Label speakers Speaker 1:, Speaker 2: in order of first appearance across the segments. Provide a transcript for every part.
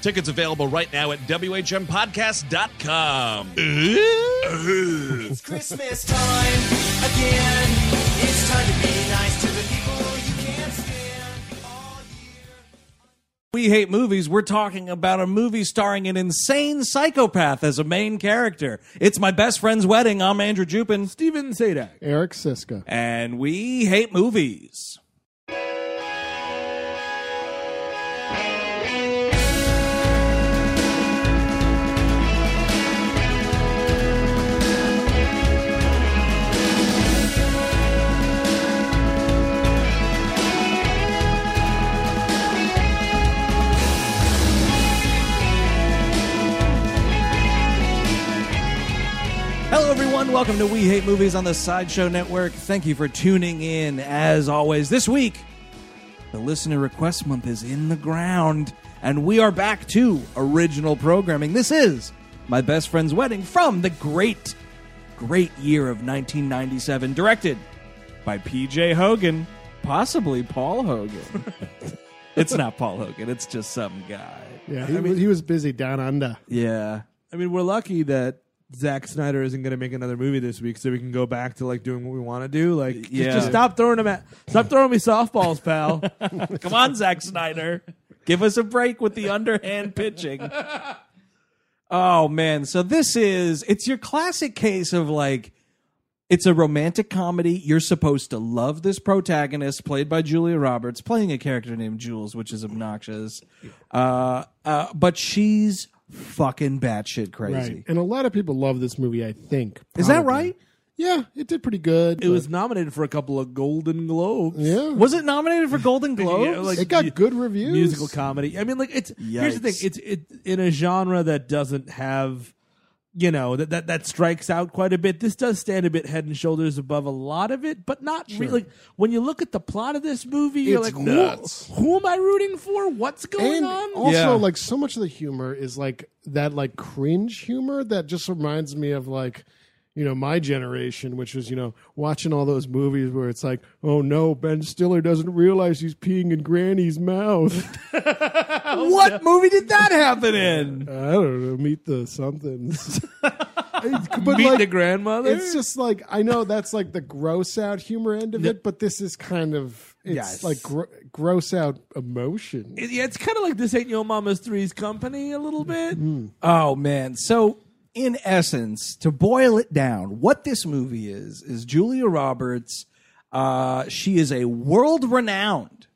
Speaker 1: Tickets available right now at WHMPodcast.com.
Speaker 2: It's Christmas time again. It's time to be nice to the people you can't stand all year.
Speaker 3: We hate movies. We're talking about a movie starring an insane psychopath as a main character. It's my best friend's wedding. I'm Andrew Jupin. Steven Sadak.
Speaker 4: Eric Siska.
Speaker 3: And we hate movies. Hello, everyone. Welcome to We Hate Movies on the Sideshow Network. Thank you for tuning in. As always, this week, the listener request month is in the ground, and we are back to original programming. This is My Best Friend's Wedding from the great, great year of 1997, directed by PJ Hogan, possibly Paul Hogan. it's not Paul Hogan, it's just some guy.
Speaker 4: Yeah, he, was- he was busy down under.
Speaker 3: Yeah.
Speaker 5: I mean, we're lucky that Zack Snyder isn't going to make another movie this week, so we can go back to like doing what we want to do. Like, just-
Speaker 3: Yeah.
Speaker 5: just, stop throwing them at, stop throwing me softballs, pal.
Speaker 3: Come on, Zack Snyder. Give us a break with the underhand pitching. Oh man, so this is it's your classic case of like it's a romantic comedy. You're supposed to love this protagonist played by Julia Roberts playing a character named Jules, which is obnoxious. Uh, uh, but she's fucking batshit crazy.
Speaker 4: Right. And a lot of people love this movie, I think.
Speaker 3: Is that
Speaker 4: probably.
Speaker 3: right?
Speaker 4: Yeah, it did pretty good.
Speaker 5: it was nominated for a couple of Golden Globes.
Speaker 4: Yeah.
Speaker 3: Was it nominated for Golden Globes?
Speaker 5: Yeah, like-
Speaker 4: it got
Speaker 5: mu-
Speaker 4: good reviews.
Speaker 5: musical comedy. I mean, like it's here's the
Speaker 3: Yikes.
Speaker 5: thing. It's it in a genre that doesn't have, you know, that that that strikes out quite a bit. This does stand a bit head and shoulders above a lot of it, but not really. Like when you look at the plot of this movie, you're
Speaker 4: It's
Speaker 5: like,
Speaker 4: nuts.
Speaker 5: Who, who am I rooting for? What's going
Speaker 4: and
Speaker 5: on?
Speaker 4: also
Speaker 3: Yeah.
Speaker 4: like so much of the humor is like that like cringe humor that just reminds me of like you know my generation which was you know watching all those movies where it's like oh no ben stiller doesn't realize he's peeing in granny's mouth
Speaker 3: what movie did that happen in?
Speaker 4: i don't know meet the somethings It's- but
Speaker 5: Meet
Speaker 4: like
Speaker 5: the grandmother.
Speaker 4: it's just like i know that's like the gross out humor end of it but this is kind of it's
Speaker 5: Yes.
Speaker 4: like gr- gross out emotion
Speaker 5: It- yeah, it's kind of like this ain't your mama's three's company a little bit.
Speaker 3: Oh man. So in essence, to boil it down, what this movie is is Julia Roberts. Uh, she is a world-renowned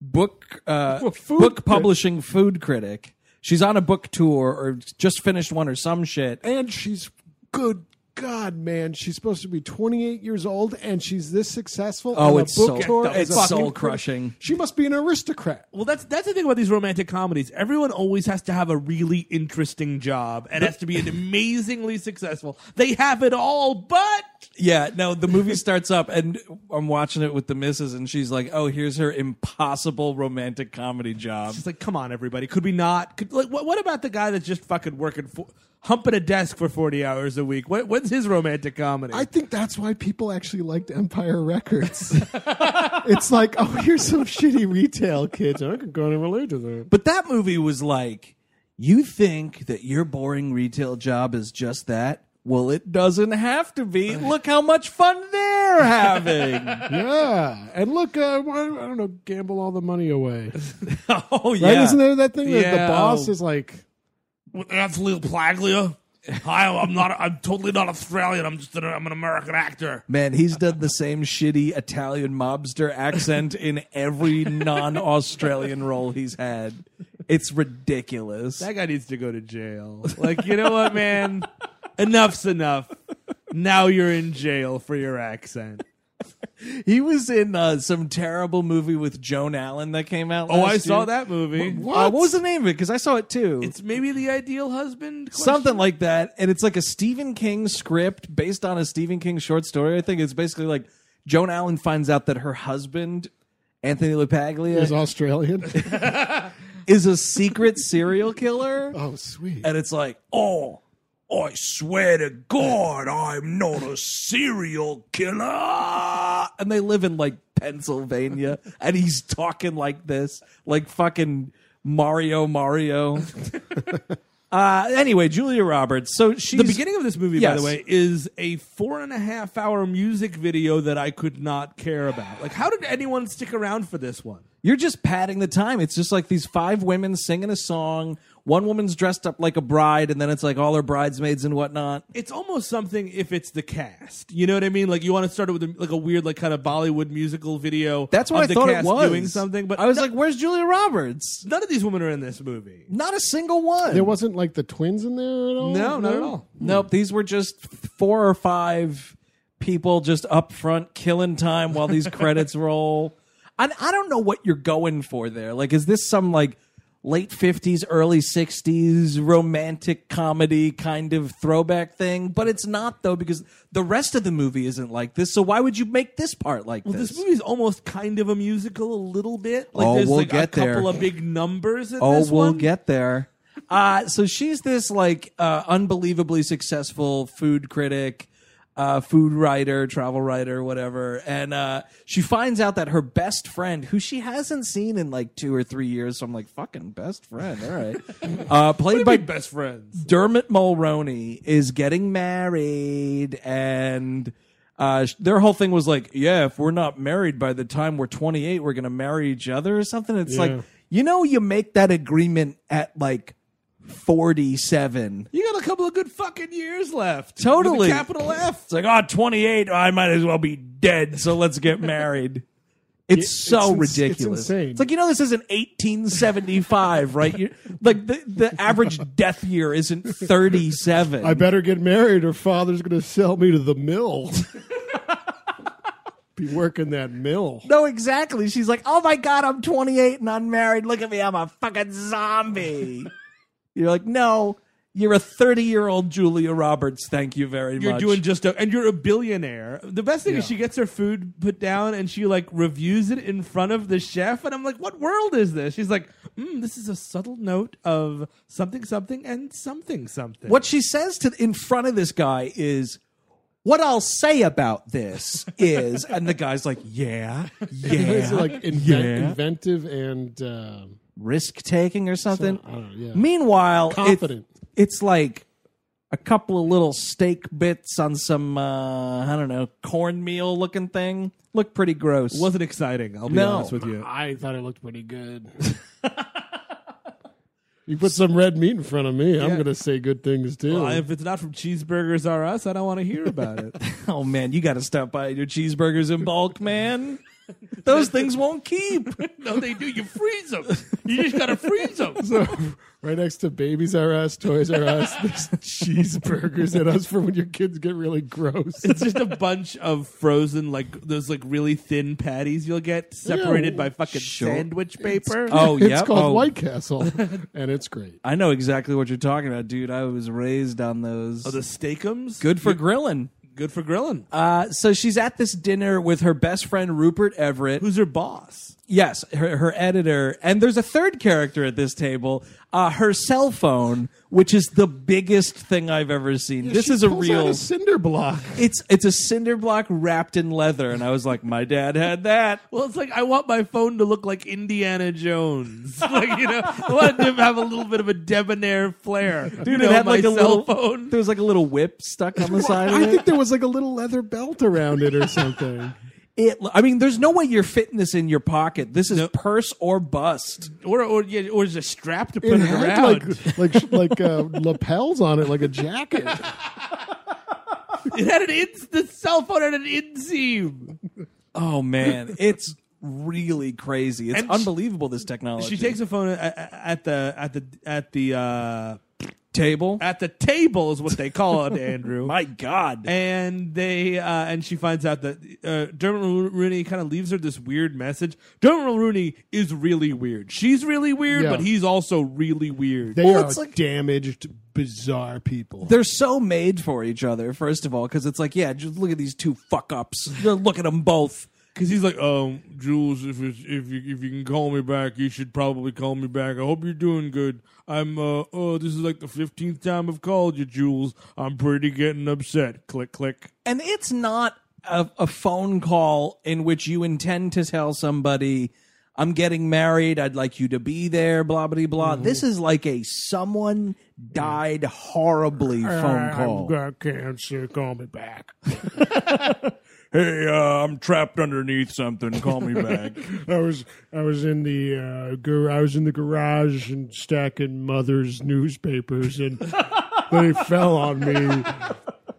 Speaker 3: book uh,
Speaker 5: food
Speaker 3: book
Speaker 5: crit-
Speaker 3: publishing food critic. She's on a book tour or just finished one or some shit.
Speaker 4: and she's good god man she's supposed to be 28 years old and she's this successful
Speaker 3: Oh,
Speaker 4: on
Speaker 3: it's
Speaker 4: a book
Speaker 3: soul-
Speaker 4: tour as
Speaker 3: it's
Speaker 4: a
Speaker 3: fucking
Speaker 4: fucking
Speaker 3: crushing.
Speaker 4: critic. she must be an aristocrat
Speaker 5: Well, that's that's the thing about these romantic comedies. Everyone always has to have a really interesting job and has to be amazingly successful. They have it all, but
Speaker 3: Yeah, no, the movie starts up and I'm watching it with the missus and she's like, "Oh, here's her impossible romantic comedy job."
Speaker 5: It's like, come on, everybody. Could we not? Could, like, what, what about the guy that's just fucking working, for, humping a desk for 40 hours a week? What, what's his romantic comedy?
Speaker 4: I think that's why people actually liked Empire Records. it's like, oh, here's some shitty retail kids. I can kind of relate to that.
Speaker 3: But that movie was like, "You think that your boring retail job is just that? Well, it doesn't have to be. Look how much fun they're having."
Speaker 4: Yeah, and look, uh, why, I don't know, gamble all the money away.
Speaker 3: oh yeah.
Speaker 4: Right? Isn't there that thing that the
Speaker 3: Yeah.
Speaker 4: boss
Speaker 5: oh.
Speaker 4: is like,
Speaker 6: That's Leo Plaglia. Hi, I'm not. I'm totally not Australian. I'm just. An, I'm an American actor.
Speaker 3: Man, he's done the same shitty Italian mobster accent in every non-Australian role he's had. It's ridiculous.
Speaker 5: that guy needs to go to jail. Like, you know what, man? Enough's enough. Now you're in jail for your accent.
Speaker 3: He was in uh, some terrible movie with Joan Allen that came out.
Speaker 5: Oh,
Speaker 3: last
Speaker 5: I saw
Speaker 3: year.
Speaker 5: that movie.
Speaker 3: Uh, what was the name of it? Because I saw it too.
Speaker 5: It's maybe the ideal husband. question?
Speaker 3: something like that, and it's like a Stephen King script based on a Stephen King short story. I think it's basically like Joan Allen finds out that her husband. Anthony LaPaglia
Speaker 4: is
Speaker 3: is,
Speaker 4: Australian?
Speaker 3: a secret serial killer,
Speaker 4: oh, sweet.
Speaker 3: and it's like, oh, I swear to God, I'm not a serial killer. And they live in like Pennsylvania, and he's talking like this, like fucking Mario Mario. uh, anyway, Julia Roberts. So she's
Speaker 5: The beginning of this movie, by
Speaker 3: Yes.
Speaker 5: the way, is a four and a half hour music video that I could not care about. Like, how did anyone stick around for this one?
Speaker 3: You're just padding the time. It's just like these five women singing a song. One woman's dressed up like a bride, and then it's like all her bridesmaids and whatnot.
Speaker 5: It's almost something if it's the cast. You know what I mean? Like, you want to start it with a, like a weird, like kind of Bollywood musical video.
Speaker 3: That's what
Speaker 5: of
Speaker 3: I
Speaker 5: the
Speaker 3: thought it
Speaker 5: cast
Speaker 3: was.
Speaker 5: Doing something, but
Speaker 3: I was
Speaker 5: no-
Speaker 3: like, "Where's Julia Roberts?
Speaker 5: none of these women are in this movie.
Speaker 3: Not a single one."
Speaker 4: there wasn't like the twins in there at all.
Speaker 5: No, Hmm. not at all.
Speaker 3: Nope, these were just four or five people just up front killing time while these credits roll. And I don't know what you're going for there. Like, is this some like late 50s, early 60s romantic comedy kind of throwback thing? But it's not, though, because the rest of the movie isn't like this. So why would you make this part like
Speaker 5: Well,
Speaker 3: this?
Speaker 5: this movie's almost kind of a musical a little bit. Like
Speaker 3: Oh,
Speaker 5: there's
Speaker 3: we'll
Speaker 5: like a
Speaker 3: get there.
Speaker 5: couple of big numbers in
Speaker 3: Oh,
Speaker 5: this
Speaker 3: we'll
Speaker 5: one.
Speaker 3: get there. Uh, so she's this like uh, unbelievably successful food critic, uh, food writer, travel writer, whatever. And uh, she finds out that her best friend, who she hasn't seen in like two or three years, so I'm like, fucking best friend. All right. Uh, played by
Speaker 5: Big best friends.
Speaker 3: Dermot Mulroney is getting married, and uh, sh- their whole thing was like, yeah, if we're not married by the time we're 28, we're going to marry each other or something. It's
Speaker 4: Yeah.
Speaker 3: like, you know, you make that agreement at like 47.
Speaker 5: You got a couple of good fucking years left. With a
Speaker 3: Totally.
Speaker 5: capital F.
Speaker 3: It's like, oh, 28, I might as well be dead, so let's get married. It's so
Speaker 4: ins- it's
Speaker 3: ridiculous.
Speaker 4: insane.
Speaker 3: like you know this isn't 1875, right? You, like the, the average death year isn't 37.
Speaker 4: I better get married, or father's going to sell me to the mill. Be working that mill.
Speaker 3: No, exactly. She's like, oh my God, I'm 28 and unmarried. Look at me. I'm a fucking zombie. you're like, no, you're a 30 year old Julia Roberts. Thank you very
Speaker 5: You're
Speaker 3: much.
Speaker 5: doing just a, and you're a billionaire. The best thing is she gets her food put down and she like reviews it in front of the chef. And I'm like, what world is this? She's like, mm, this is a subtle note of something, something, and something, something.
Speaker 3: what she says to in front of this guy is, what I'll say about this is, and the guy's like, yeah, yeah,
Speaker 4: It's like invent, inventive and um,
Speaker 3: risk taking or something.
Speaker 4: I don't know, yeah.
Speaker 3: Meanwhile, it-
Speaker 4: Confident.
Speaker 3: it's like a couple of little steak bits on some uh, I don't know cornmeal looking thing. Look pretty gross.
Speaker 5: wasn't exciting. I'll be
Speaker 3: No.
Speaker 5: honest with you.
Speaker 4: I thought it looked pretty good. you put some red meat in front of me, I'm going to say good things too.
Speaker 5: Well, if it's not from Cheeseburgers R Us, I don't want to hear about it.
Speaker 3: oh man, you got to stop by your cheeseburgers in bulk, man. Those things won't keep.
Speaker 5: no, they do. You freeze them. You just gotta freeze them.
Speaker 4: so, right next to Babies R Us, Toys R Us, there's cheeseburgers at us for when your kids get really gross.
Speaker 5: It's just a bunch of frozen, like those like really thin patties you'll get separated
Speaker 4: Ew.
Speaker 5: by fucking sandwich paper.
Speaker 3: Oh
Speaker 4: It's
Speaker 3: yeah,
Speaker 4: called
Speaker 3: oh,
Speaker 4: White Castle, and it's great.
Speaker 3: I know exactly what you're talking about, dude. I was raised on those.
Speaker 5: Oh, the Oh, steakums.
Speaker 3: Good for grilling.
Speaker 5: Good for grilling.
Speaker 3: Uh, so she's at this dinner with her best friend Rupert Everett.
Speaker 5: Who's her boss?
Speaker 3: Yes, her, her editor. And there's a third character at this table, uh, her cell phone, which is the biggest thing I've ever seen. this
Speaker 4: She
Speaker 3: is a
Speaker 4: pulls
Speaker 3: real.
Speaker 4: out a cinder block.
Speaker 3: it's it's a cinder block wrapped in leather, and I was like, my dad had that.
Speaker 5: Well, it's like I want my phone to look like Indiana Jones. like you know, I want it to have a little bit of a debonair flair. you know, my cell
Speaker 3: little
Speaker 5: phone.
Speaker 3: There was like a little whip stuck on the side of
Speaker 4: I
Speaker 3: it.
Speaker 4: think there was like a little leather belt around it or something.
Speaker 3: it. I mean, there's no way you're fitting this in your pocket. This is purse or bust.
Speaker 5: or or yeah, or is it strapped to put
Speaker 4: It
Speaker 5: it,
Speaker 4: had
Speaker 5: around?
Speaker 4: like like like uh, lapels on it, like a jacket.
Speaker 5: it had an in, the cell phone had an inseam.
Speaker 3: Oh man, it's really crazy. It's
Speaker 5: And she-
Speaker 3: unbelievable this technology.
Speaker 5: She takes a phone at, at the at the at the uh,
Speaker 3: table.
Speaker 5: at the table is what they call it, Andrew.
Speaker 3: My God.
Speaker 5: and they uh, and she finds out that uh, Dermot Ro- Rooney kind of leaves her this weird message. Dermot Rooney is really weird. She's really weird,
Speaker 4: Yeah.
Speaker 5: but he's also really weird.
Speaker 4: They
Speaker 3: Well,
Speaker 4: are
Speaker 3: it's like-
Speaker 4: damaged, bizarre people.
Speaker 3: they're so made for each other, first of all, because it's like, yeah, just look at these two fuck ups. look at them both.
Speaker 5: Because he's like, um, Jules, if it's, if you if you can call me back, you should probably call me back. I hope you're doing good. I'm uh oh, this is like the fifteenth time I've called you, Jules. I'm pretty getting upset. Click click.
Speaker 3: And it's not a, a phone call in which you intend to tell somebody, I'm getting married, I'd like you to be there, blah, blah, blah. This is like a someone died horribly phone call.
Speaker 4: got cancer. Call me back.
Speaker 6: Hey, uh, I'm trapped underneath something. Call me back.
Speaker 4: I was I was in the uh, gar- I was in the garage and stacking mother's newspapers and they fell on me.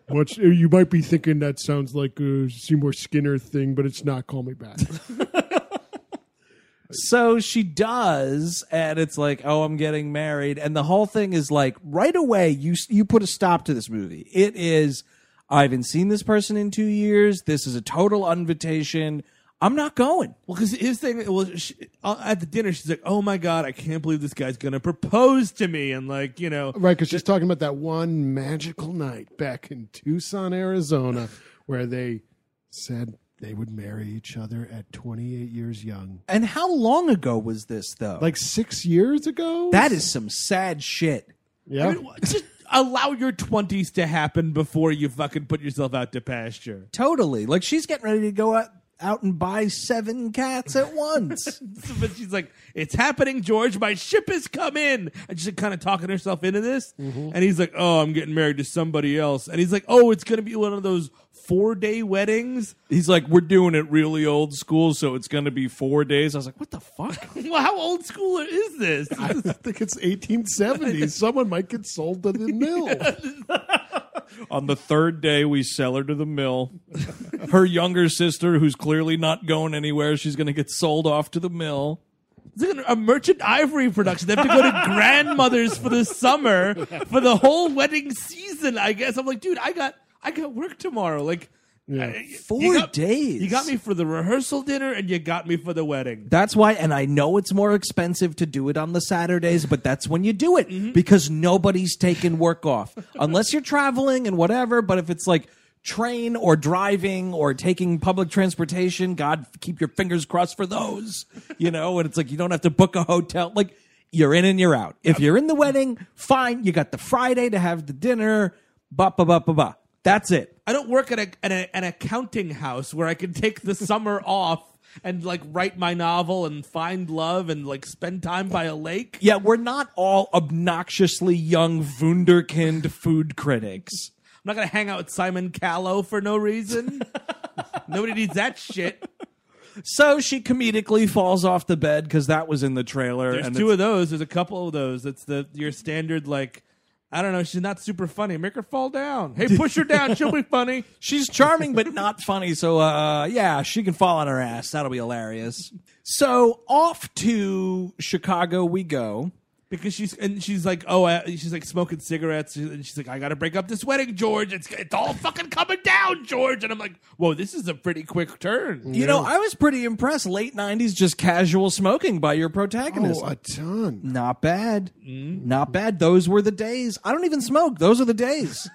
Speaker 4: What's you might be thinking that sounds like a Seymour Skinner thing, but it's not. Call me back.
Speaker 3: So she does, and it's like, oh, I'm getting married, and the whole thing is like, right away, you you put a stop to this movie. It is, I haven't seen this person in two years. This is a total invitation. I'm not going.
Speaker 5: Well, because his thing was she, uh, at the dinner, she's like, "Oh my god, I can't believe this guy's gonna propose to me," and like, you know,
Speaker 4: Right, because she's talking about that one magical night back in Tucson, Arizona, where they said they would marry each other at 28 years young.
Speaker 3: And how long ago was this though?
Speaker 4: Like six years ago?
Speaker 3: that is some sad shit.
Speaker 4: yeah.
Speaker 5: just allow your twenties to happen before you fucking put yourself out to pasture.
Speaker 3: Totally. Like she's getting ready to go out out and buy seven cats at once.
Speaker 5: but she's like, "It's happening, George. My ship has come in." And she's kind of talking herself into this.
Speaker 3: Mm-hmm.
Speaker 5: And he's like, "Oh, I'm getting married to somebody else." And he's like, "Oh, it's gonna be one of those four day weddings."
Speaker 3: He's like, we're doing it really old school, so it's going to be four days. I was like, what the fuck?
Speaker 5: well, how old school is this?
Speaker 4: I think it's 1870. Someone might get sold to the mill.
Speaker 3: On the third day, we sell her to the mill. her younger sister, who's clearly not going anywhere, she's going to get sold off to the mill.
Speaker 5: It's like a merchant ivory production. They have to go to grandmother's for the summer for the whole wedding season. I guess I'm like, dude, I got I got work tomorrow. Like I- you
Speaker 3: Four
Speaker 5: got-
Speaker 3: days.
Speaker 5: You got me for the rehearsal dinner and you got me for the wedding.
Speaker 3: That's why, and I know it's more expensive to do it on the Saturdays, but that's when you do it because nobody's taking work off unless you're traveling and whatever. But if it's like train or driving or taking public transportation, God, keep your fingers crossed for those, you know. And it's like you don't have to book a hotel, like you're in and you're out. If you're in the wedding, fine, you got the Friday to have the dinner, ba ba ba ba ba. That's it.
Speaker 5: I don't work at a, at a an accounting house where I can take the summer off and like write my novel and find love and like spend time by a lake.
Speaker 3: Yeah, we're not all obnoxiously young wunderkind food critics.
Speaker 5: I'm not gonna hang out with Simon Callow for no reason. Nobody needs that shit.
Speaker 3: So she comedically falls off the bed because that was in the trailer.
Speaker 5: There's
Speaker 3: and
Speaker 5: two
Speaker 3: it's-
Speaker 5: of those. There's a couple of those. That's the your standard like. I don't know. She's not super funny. Make her fall down. Hey, push her down. She'll be funny.
Speaker 3: she's charming but not funny. So uh, yeah, she can fall on her ass. That'll be hilarious. So off to Chicago we go.
Speaker 5: Because she's and she's like, oh, I, she's like smoking cigarettes, and she's like, I gotta break up this wedding, George. It's it's all fucking coming down, George. And I'm like, whoa, this is a pretty quick turn.
Speaker 3: You know, I was pretty impressed. Late '90s, just casual smoking by your protagonist.
Speaker 4: Oh, a ton.
Speaker 5: Mm.
Speaker 3: not bad, not bad. Those were the days. I don't even smoke. Those are the days.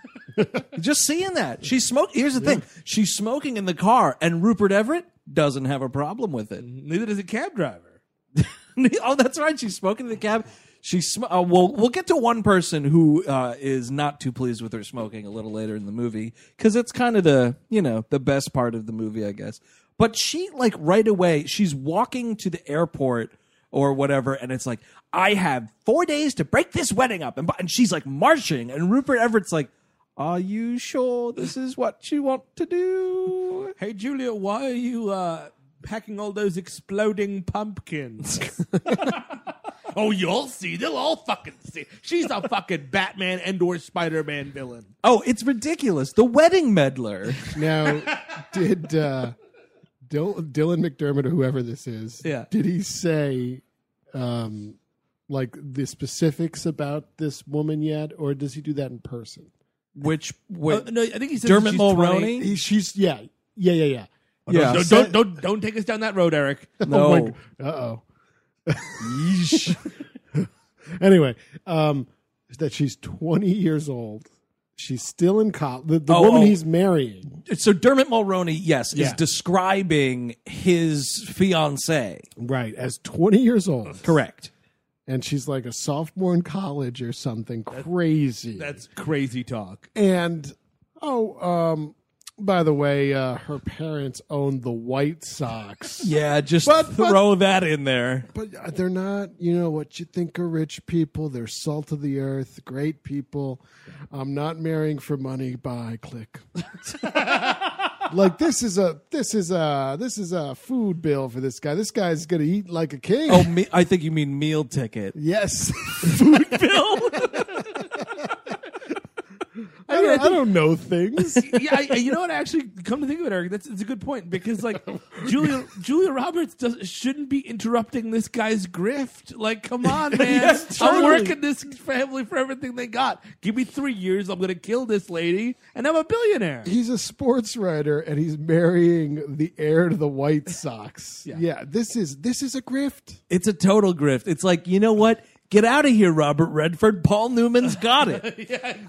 Speaker 3: Just seeing that she's smoke. Here's the thing: she's smoking in the car, and Rupert Everett doesn't have a problem with it.
Speaker 5: Neither does a cab driver.
Speaker 3: oh, that's right. She's smoking in the cab. She sm- uh, we'll, we'll get to one person who uh, is not too pleased with her smoking a little later in the movie because it's kind of the you know the best part of the movie, I guess. But she like right away she's walking to the airport or whatever, and it's like I have four days to break this wedding up, and bu- and she's like marching, and Rupert Everett's like, "Are you sure this is what you want to do?"
Speaker 5: Hey, Julia, why are you uh, packing all those exploding pumpkins? oh, you'll see. They'll all fucking see. She's a fucking Batman and/or Spider-Man villain.
Speaker 3: Oh, it's ridiculous! The wedding meddler.
Speaker 4: Now, did uh, Dil- Dylan McDermott or whoever this is?
Speaker 3: Yeah.
Speaker 4: Did he say, um, like the specifics about this woman yet, or does he do that in person?
Speaker 3: Which wait,
Speaker 5: Uh, no, I think he said
Speaker 3: Dermot
Speaker 5: she's
Speaker 3: Mulroney.
Speaker 5: 20.
Speaker 4: He, she's yeah, yeah, yeah, yeah.
Speaker 3: Yeah.
Speaker 5: No, don't don't don't take us down that road, Eric.
Speaker 3: No.
Speaker 4: Uh oh. anyway, um, that she's 20 years old. She's still in college. The, the
Speaker 3: Oh,
Speaker 4: woman
Speaker 3: oh.
Speaker 4: he's marrying.
Speaker 3: so Dermot Mulroney, yes, is
Speaker 4: Yeah.
Speaker 3: describing his fiance.
Speaker 4: Right. As 20 years old.
Speaker 3: Correct.
Speaker 4: And she's like a sophomore in college or something crazy.
Speaker 5: That's crazy talk.
Speaker 4: and, oh, um, by the way, uh, her parents own the White Sox.
Speaker 3: Yeah, just
Speaker 4: But- but-
Speaker 3: throw that in there.
Speaker 4: But uh, they're not, you know, what you think are rich people. They're salt of the earth, great people. I'm not marrying for money. Bye, click. like this is a this is a this is a food bill for this guy. This guy's gonna eat like a king.
Speaker 3: Oh, me, I think you mean meal ticket.
Speaker 4: yes, food bill. I, don't, I don't know things.
Speaker 5: yeah, I, you know what? Actually, come to think of it, Eric, that's it's a good point because like Julia Julia Roberts does, shouldn't be interrupting this guy's grift. Like, come on, man! I'm working this family for everything they got. Give me three years, I'm gonna kill this lady, and I'm a billionaire.
Speaker 4: He's a sports writer and he's marrying the heir to the White Sox. yeah. this is this is a grift.
Speaker 3: It's a total grift. It's like, you know what? Get out of here, Robert Redford. Paul Newman's got it.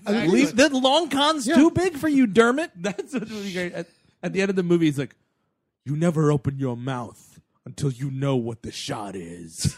Speaker 3: Leave the long con's too big for you, Dermot.
Speaker 5: That's what's really great. At, at the end of the movie, he's like, "You never open your mouth until you know what the shot is."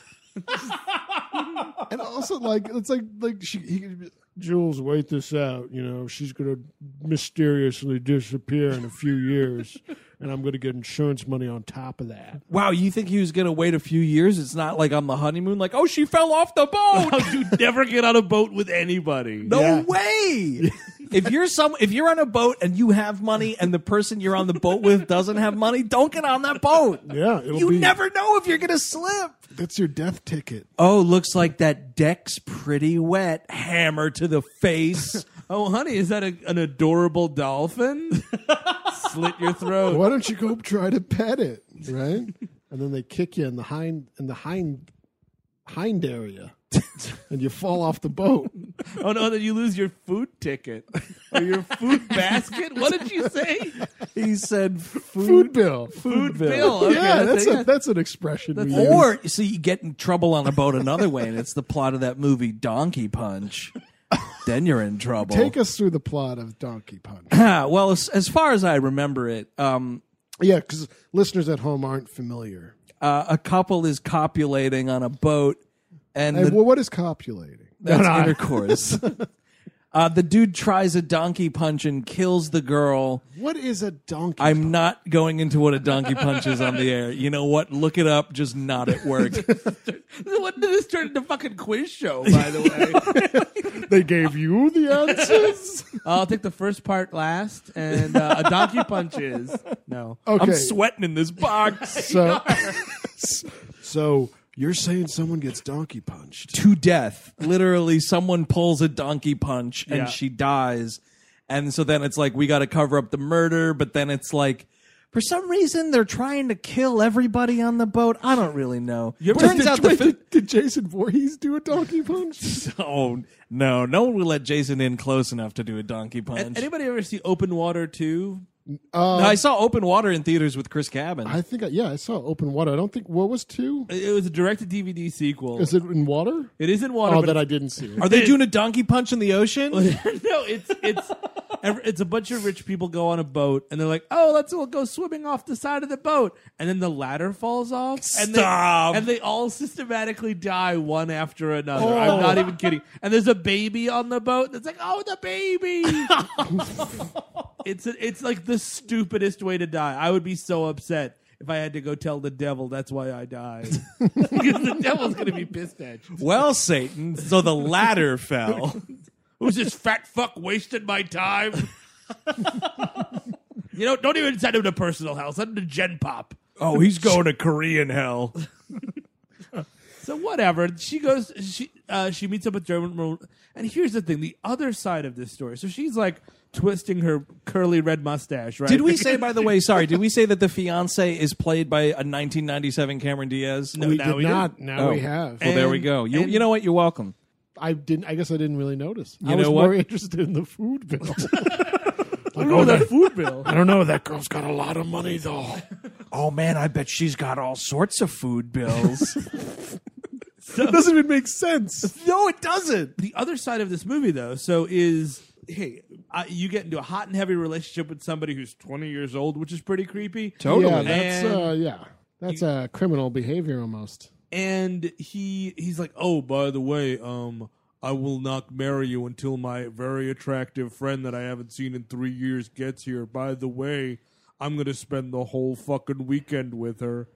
Speaker 4: and also like it's like like she he could be, Jules wait this out you know she's gonna mysteriously disappear in a few years and I'm gonna get insurance money on top of that
Speaker 3: Wow, you think he was going to wait a few years? It's not like on the honeymoon, like, oh, she fell off the boat.
Speaker 5: you never get on a boat with anybody.
Speaker 3: No
Speaker 4: Yeah.
Speaker 3: way. if you're some if you're on a boat and you have money and the person you're on the boat with doesn't have money, don't get on that boat.
Speaker 4: Yeah, it'll
Speaker 3: You
Speaker 4: be-
Speaker 3: never know if you're going to slip.
Speaker 4: that's your death ticket
Speaker 3: Oh, looks like that deck's pretty wet. Hammer to the face.
Speaker 5: Oh, honey, is that a, an adorable dolphin? Slit your throat.
Speaker 4: why don't you go try to pet it right and then they kick you in the hind in the hind hind area and you fall off the boat
Speaker 5: Oh no, then you lose your food ticket or your food basket. What did you say?
Speaker 3: he said
Speaker 4: food bill
Speaker 5: Food bill. Okay,
Speaker 4: yeah
Speaker 5: that's
Speaker 4: that's
Speaker 5: it.
Speaker 4: a, that's an expression we use.
Speaker 3: Or you see, you get in trouble on a boat another way, and it's the plot of that movie Donkey Punch. then you're in trouble.
Speaker 4: take us through the plot of Donkey Punch
Speaker 3: Ah, well, as, as far as I remember it, um,
Speaker 4: yeah because listeners at home aren't familiar
Speaker 3: uh, a couple is copulating on a boat, and
Speaker 4: Hey,
Speaker 3: the,
Speaker 4: well, what is copulating?
Speaker 3: That's intercourse. uh, the dude tries a donkey punch and kills the girl.
Speaker 4: What is a donkey?
Speaker 3: I'm not going into what a donkey punch is on the air. You know what? Look it up. Just not at work.
Speaker 5: What did this turn into fucking quiz show? By the way,
Speaker 4: they gave you the answers.
Speaker 5: I'll take the first part last, and uh, a donkey punch is no.
Speaker 4: okay,
Speaker 3: I'm sweating in this box
Speaker 4: so so you're saying someone gets donkey punched?
Speaker 3: to death. Literally, someone pulls a donkey punch and
Speaker 5: Yeah.
Speaker 3: she dies. And so then it's like we got to cover up the murder, but then it's like. For some reason, they're trying to kill everybody on the boat. I don't really know. Turns out the,
Speaker 4: Wait,
Speaker 3: fi-
Speaker 4: did, did Jason Voorhees do a donkey punch?
Speaker 3: Oh no, no one will let Jason in close enough to do a donkey punch.
Speaker 5: Anybody ever see Open Water Two?
Speaker 3: No, I saw Open Water in theaters with Chris Cabin.
Speaker 4: I think I, yeah, I saw open water. I don't think what was two.
Speaker 5: It was a direct to DVD sequel.
Speaker 4: Is it in water?
Speaker 5: It is in water.
Speaker 4: Oh,
Speaker 5: but
Speaker 4: that I didn't see.
Speaker 3: Are they doing a donkey punch in the ocean?
Speaker 5: no, it's it's every- it's a bunch of rich people go on a boat and they're like, "Oh, let's all go swimming off the side of the boat," and then the ladder falls off. And
Speaker 6: Stop.
Speaker 5: They, and they all systematically die one after another. I'm not even kidding. And there's a baby on the boat that's like, "Oh, the baby!" it's a, it's like the stupidest way to die. I would be so upset. If I had to go tell the devil, that's why I died. because the devil's going to be pissed at you.
Speaker 3: Well, Satan, so the ladder fell.
Speaker 5: Who's this fat fuck wasting my time? you know, don't even send him to personal hell. Send him to Gen Pop.
Speaker 3: Oh, he's going to Korean hell.
Speaker 5: So whatever. She goes. She uh, she meets up with German. Mar- And here's the thing: the other side of this story. So she's like twisting her curly red mustache. Right?
Speaker 3: Did we say, by the way, sorry, did we say that the fiance is played by a 1997 Cameron Diaz?
Speaker 4: we
Speaker 5: now
Speaker 4: did
Speaker 5: we
Speaker 4: not.
Speaker 5: didn't.
Speaker 4: Now
Speaker 3: Oh.
Speaker 4: we have.
Speaker 3: Well, there we go. You, you know what? You're welcome.
Speaker 4: I didn't. I guess I didn't really notice. I
Speaker 3: You
Speaker 4: was
Speaker 3: know what?
Speaker 4: more interested in the food bill. Like,
Speaker 5: Oh,
Speaker 4: oh,
Speaker 5: the
Speaker 4: that-
Speaker 5: food bill.
Speaker 4: I don't know. That girl's got a lot of money though.
Speaker 3: Oh, man, I bet she's got all sorts of food bills.
Speaker 4: That doesn't even make sense.
Speaker 3: no, it doesn't.
Speaker 5: the other side of this movie though so is hey I, you get into a hot and heavy relationship with somebody who's 20 years old which is pretty creepy
Speaker 4: Yeah,
Speaker 3: Totally.
Speaker 4: that's
Speaker 5: And-
Speaker 4: uh, yeah, that's uh, criminal behavior almost.
Speaker 5: and he he's like oh by the way um i will not marry you until my very attractive friend that i haven't seen in three years gets here by the way i'm gonna spend the whole fucking weekend with her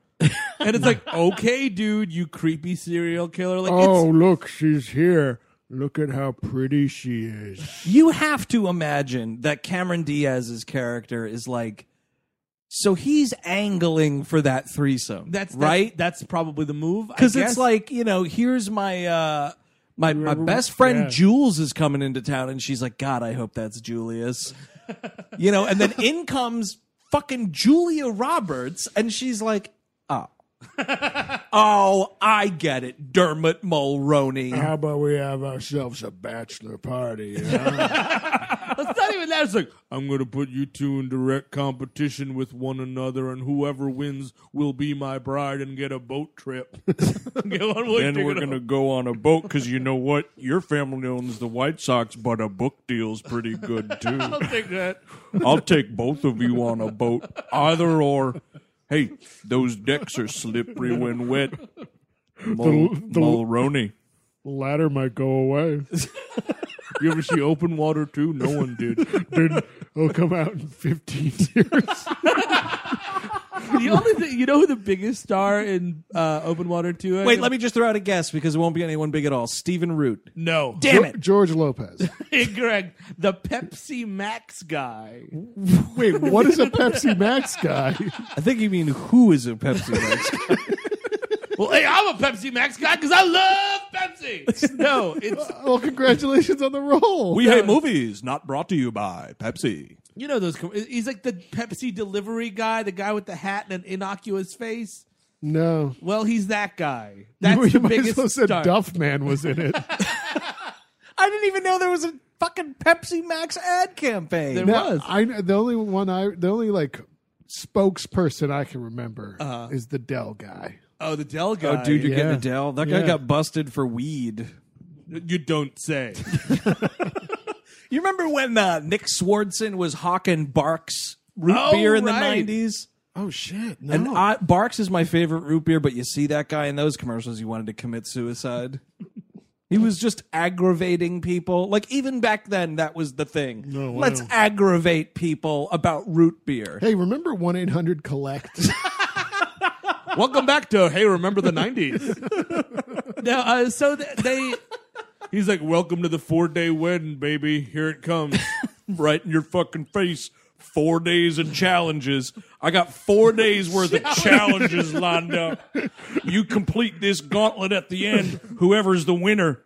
Speaker 5: and it's like okay dude you creepy serial killer like it's,
Speaker 4: Oh, look, she's here. Look at how pretty she is.
Speaker 3: you have to imagine that Cameron Diaz's character is like, so he's angling for that threesome.
Speaker 5: that's, that's
Speaker 3: right.
Speaker 5: that's probably the move I
Speaker 3: because it's
Speaker 5: guess.
Speaker 3: like you know here's my uh my, my best friend
Speaker 4: yeah.
Speaker 3: jules is coming into town and she's like god i hope that's julius you know and then in comes fucking julia roberts and she's like oh oh i get it dermot mulroney
Speaker 5: Uh-huh.
Speaker 4: How about we have ourselves a bachelor party?
Speaker 5: It's not even that. It's like I'm going to put you two in direct competition with one another, and whoever wins will be my bride and get a boat trip.
Speaker 7: And we're going to go on a boat because you know what? Your family owns the White Sox, but a book deal's pretty good too. I'll take that. I'll take both of you on a boat, either or. Hey, those decks are slippery when wet. Mul-
Speaker 4: the-
Speaker 7: Mulroney.
Speaker 4: Ladder might go away.
Speaker 7: You ever see open water too? No one did.
Speaker 4: Dude, it'll come out in 15 years.
Speaker 5: the only thing you know who the biggest star in uh, Open Water Two?
Speaker 3: wait let me just throw out a guess because it won't be anyone big at all stephen root
Speaker 5: No,
Speaker 3: damn it
Speaker 4: George Lopez.
Speaker 5: incorrect. The Pepsi Max guy.
Speaker 4: Wait, what is a Pepsi Max guy?
Speaker 3: i think you mean who is a pepsi Max?
Speaker 5: Well, hey, I'm a Pepsi Max guy because I love Pepsi. No, it's
Speaker 4: Well, congratulations on the role.
Speaker 7: We hate movies, not brought to you by Pepsi.
Speaker 5: you know those. Com- he's like the Pepsi delivery guy, the guy with the hat and an innocuous face.
Speaker 4: no.
Speaker 5: Well, he's that guy. That's
Speaker 4: you
Speaker 5: the
Speaker 4: might
Speaker 5: biggest
Speaker 4: as well said
Speaker 5: star.
Speaker 4: Duff Man was in it.
Speaker 3: i didn't even know there was a fucking pepsi max ad campaign
Speaker 5: There
Speaker 4: No,
Speaker 5: was.
Speaker 4: I the only one I the only like spokesperson I can remember
Speaker 5: Uh-huh.
Speaker 4: is the Dell guy.
Speaker 5: Oh, the Dell guy.
Speaker 3: Oh, dude, you're
Speaker 4: yeah.
Speaker 3: getting Adele. That guy
Speaker 4: Yeah.
Speaker 3: got busted for weed.
Speaker 5: you don't say.
Speaker 3: You remember when uh, Nick Swardson was hawking Barks root
Speaker 5: Oh,
Speaker 3: beer in
Speaker 5: right.
Speaker 3: the 90s?
Speaker 4: Oh shit! No,
Speaker 3: And I, Barks is my favorite root beer, but you see that guy in those commercials, you wanted to commit suicide. he was just aggravating people. Like, even back then, that was the thing.
Speaker 4: wow.
Speaker 3: Let's aggravate people about root beer.
Speaker 4: hey, remember one eight hundred collect?
Speaker 5: Welcome back to Hey, remember the '90s? no, uh, so th- they.
Speaker 7: He's like, Welcome to the four day wedding, baby. Here it comes. right in your fucking face. Four days of challenges. I got four days worth of challenges lined up. You complete this gauntlet at the end. Whoever's the winner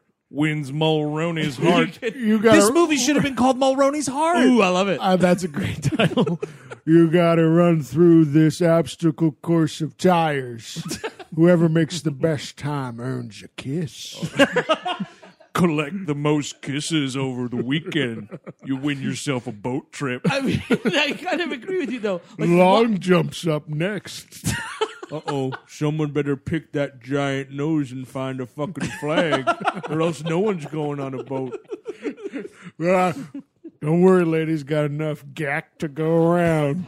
Speaker 7: wins Mulroney's heart.
Speaker 4: you got
Speaker 3: This movie should have been called Mulroney's Heart.
Speaker 5: Ooh, I love it.
Speaker 4: Uh, that's a great title. you got to run through this obstacle course of tires. Whoever makes the best time earns a
Speaker 5: Oh,
Speaker 4: kiss.
Speaker 7: Collect the most kisses over the weekend. You win yourself a boat trip.
Speaker 5: I mean, I kind of agree with you though. Like,
Speaker 4: Long jumps up next.
Speaker 7: Uh oh, someone better pick that giant nose and find a fucking flag, or else no one's going on a boat.
Speaker 4: Uh, Don't worry, ladies, got enough gack to go around.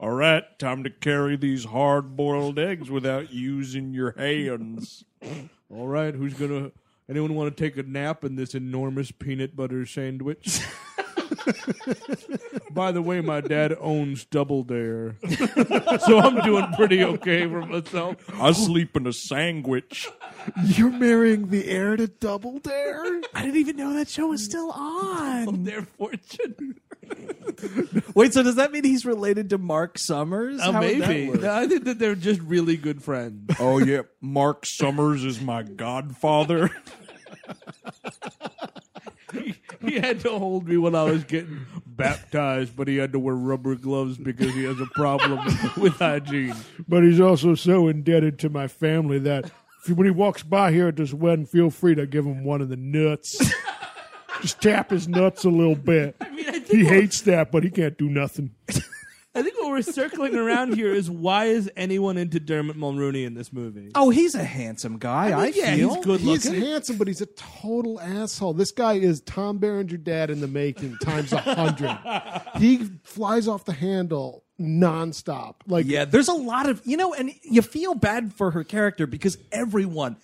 Speaker 7: All right, time to carry these hard boiled eggs without using your hands. All right, who's gonna? Anyone want to take a nap in this enormous peanut butter sandwich? By the way, my dad owns Double Dare, so I'm doing pretty okay for myself. I sleep in a sandwich.
Speaker 4: You're marrying the heir to Double Dare?
Speaker 3: I didn't even know that show was still on.
Speaker 6: Their fortune.
Speaker 3: Wait, so does that mean he's related to Mark Summers?
Speaker 6: Uh,
Speaker 3: How would that
Speaker 6: maybe.
Speaker 3: work?
Speaker 6: No, I think that they're just really good friends.
Speaker 7: Oh yeah, Mark Summers is my godfather.
Speaker 6: he had to hold me when I was getting.
Speaker 7: Baptized, but he had to wear rubber gloves because he has a problem with hygiene.
Speaker 4: But he's also so indebted to my family that if, when he walks by here at this wedding, feel free to give him one of the nuts. Just tap his nuts a little bit.
Speaker 5: I mean, I think
Speaker 4: He
Speaker 5: what-
Speaker 4: hates that, but he can't do nothing.
Speaker 5: I think what we're circling around here is why is anyone into Dermot Mulroney in this movie?
Speaker 3: Oh, he's a handsome guy. I,
Speaker 5: yeah,
Speaker 3: feel
Speaker 5: he's good
Speaker 4: He's
Speaker 5: looking.
Speaker 4: handsome, but he's a total asshole. This guy is Tom Berenger dad in the making times a hundred. he flies off the handle nonstop. Like
Speaker 3: Yeah, there's a lot of you know, and you feel bad for her character because everyone,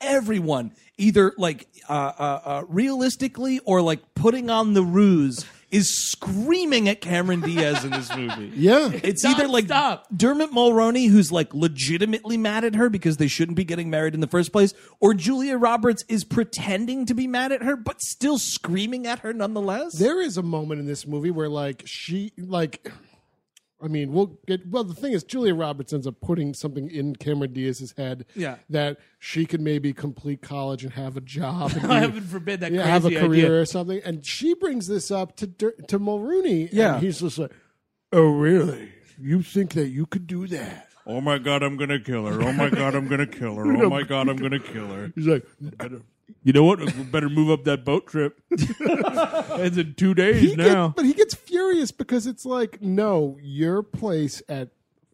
Speaker 3: everyone, either like uh, uh, uh, realistically or like putting on the ruse, is screaming at Cameron Diaz in this movie.
Speaker 4: yeah.
Speaker 3: It's either like
Speaker 5: stop.
Speaker 3: Dermot Mulroney, who's like legitimately mad at her because they shouldn't be getting married in the first place, or Julia Roberts is pretending to be mad at her but still screaming at her nonetheless.
Speaker 4: there is a moment in this movie where like she like I mean, we'll get. Well, the thing is, Julia Roberts ends up putting something in Cameron Diaz's head
Speaker 5: Yeah.
Speaker 4: that she could maybe complete college and have a job. And be-
Speaker 5: Heaven forbid that
Speaker 4: yeah,
Speaker 5: crazy
Speaker 4: have a career
Speaker 5: idea.
Speaker 4: or something. And she brings this up to Dur- to Mulrooney.
Speaker 3: Yeah.
Speaker 4: and he's just like, "Oh, really? You think that you could do that?"
Speaker 7: Oh my god, I'm gonna kill her. Oh my god, I'm gonna kill her. Oh my god, I'm gonna kill her.
Speaker 4: He's like,
Speaker 7: You know what? We better move up that boat trip. it's in two days
Speaker 4: he
Speaker 7: now.
Speaker 4: Gets, but he gets furious because it's like, no, your place at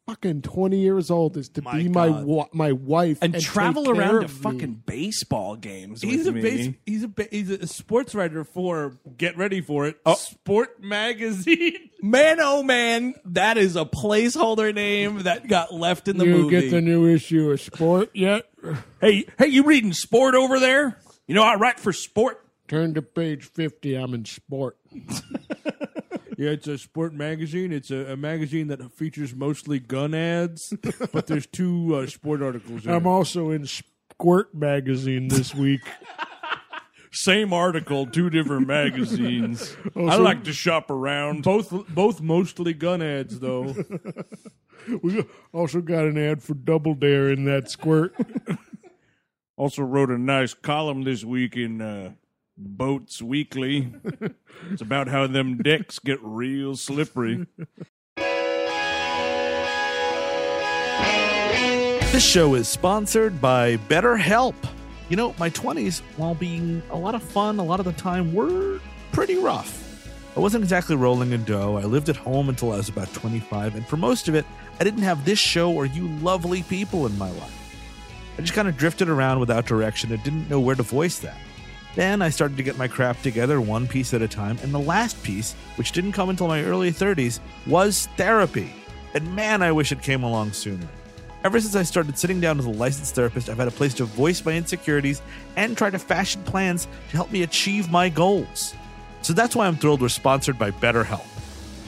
Speaker 4: fucking twenty years old is to be my wa- my wife
Speaker 3: and,
Speaker 4: take
Speaker 3: travel
Speaker 4: care
Speaker 3: around to
Speaker 4: of me.
Speaker 3: fucking baseball games.
Speaker 5: He's
Speaker 3: with
Speaker 5: a
Speaker 3: me.
Speaker 5: base, he's a ba- he's a sports writer for get ready for it
Speaker 7: Oh.
Speaker 5: Sport Magazine.
Speaker 3: Man, oh man, that is a placeholder name that got left in the
Speaker 4: You
Speaker 3: movie.
Speaker 4: get the new issue of Sport yet?
Speaker 3: hey, hey, you reading Sport over there? You know I write for Sport.
Speaker 4: Turn to page fifty. I'm in Sport.
Speaker 7: Yeah, it's a sport magazine. It's a, a magazine that features mostly gun ads, but there's two uh, sport articles. In
Speaker 4: I'm
Speaker 7: it.
Speaker 4: also in Squirt magazine this week.
Speaker 7: Same article, two different magazines. I
Speaker 4: so-
Speaker 7: like to shop around. Both, both mostly gun ads, though.
Speaker 4: we also got an ad for Double Dare in that Squirt.
Speaker 7: also wrote a nice column this week in uh, Boats Weekly. it's about how them decks get real slippery.
Speaker 6: This show is sponsored by BetterHelp. You know, my 20s, while being a lot of fun, a lot of the time were pretty rough. I wasn't exactly rolling in dough. I lived at home until I was about 25, and for most of it, I didn't have this show or you lovely people in my life. I just kind of drifted around without direction and didn't know where to voice that. Then I started to get my crap together one piece at a time, and the last piece, which didn't come until my early 30s, was therapy. And man, I wish it came along sooner. Ever since I started sitting down with a licensed therapist, I've had a place to voice my insecurities and try to fashion plans to help me achieve my goals. So that's why I'm thrilled we're sponsored by BetterHelp.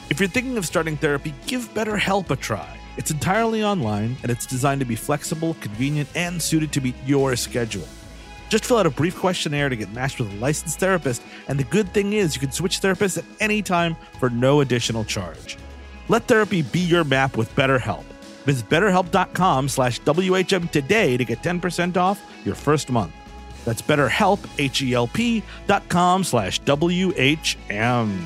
Speaker 6: If you're thinking of starting therapy, give BetterHelp a try. It's entirely online and it's designed to be flexible, convenient, and suited to meet your schedule. Just fill out a brief questionnaire to get matched with a licensed therapist, and the good thing is you can switch therapists at any time for no additional charge. Let therapy be your map with BetterHelp. Visit betterhelp.com slash WHM today to get 10% off your first month. That's betterhelp, H-E-L-P dot com slash W-H-M.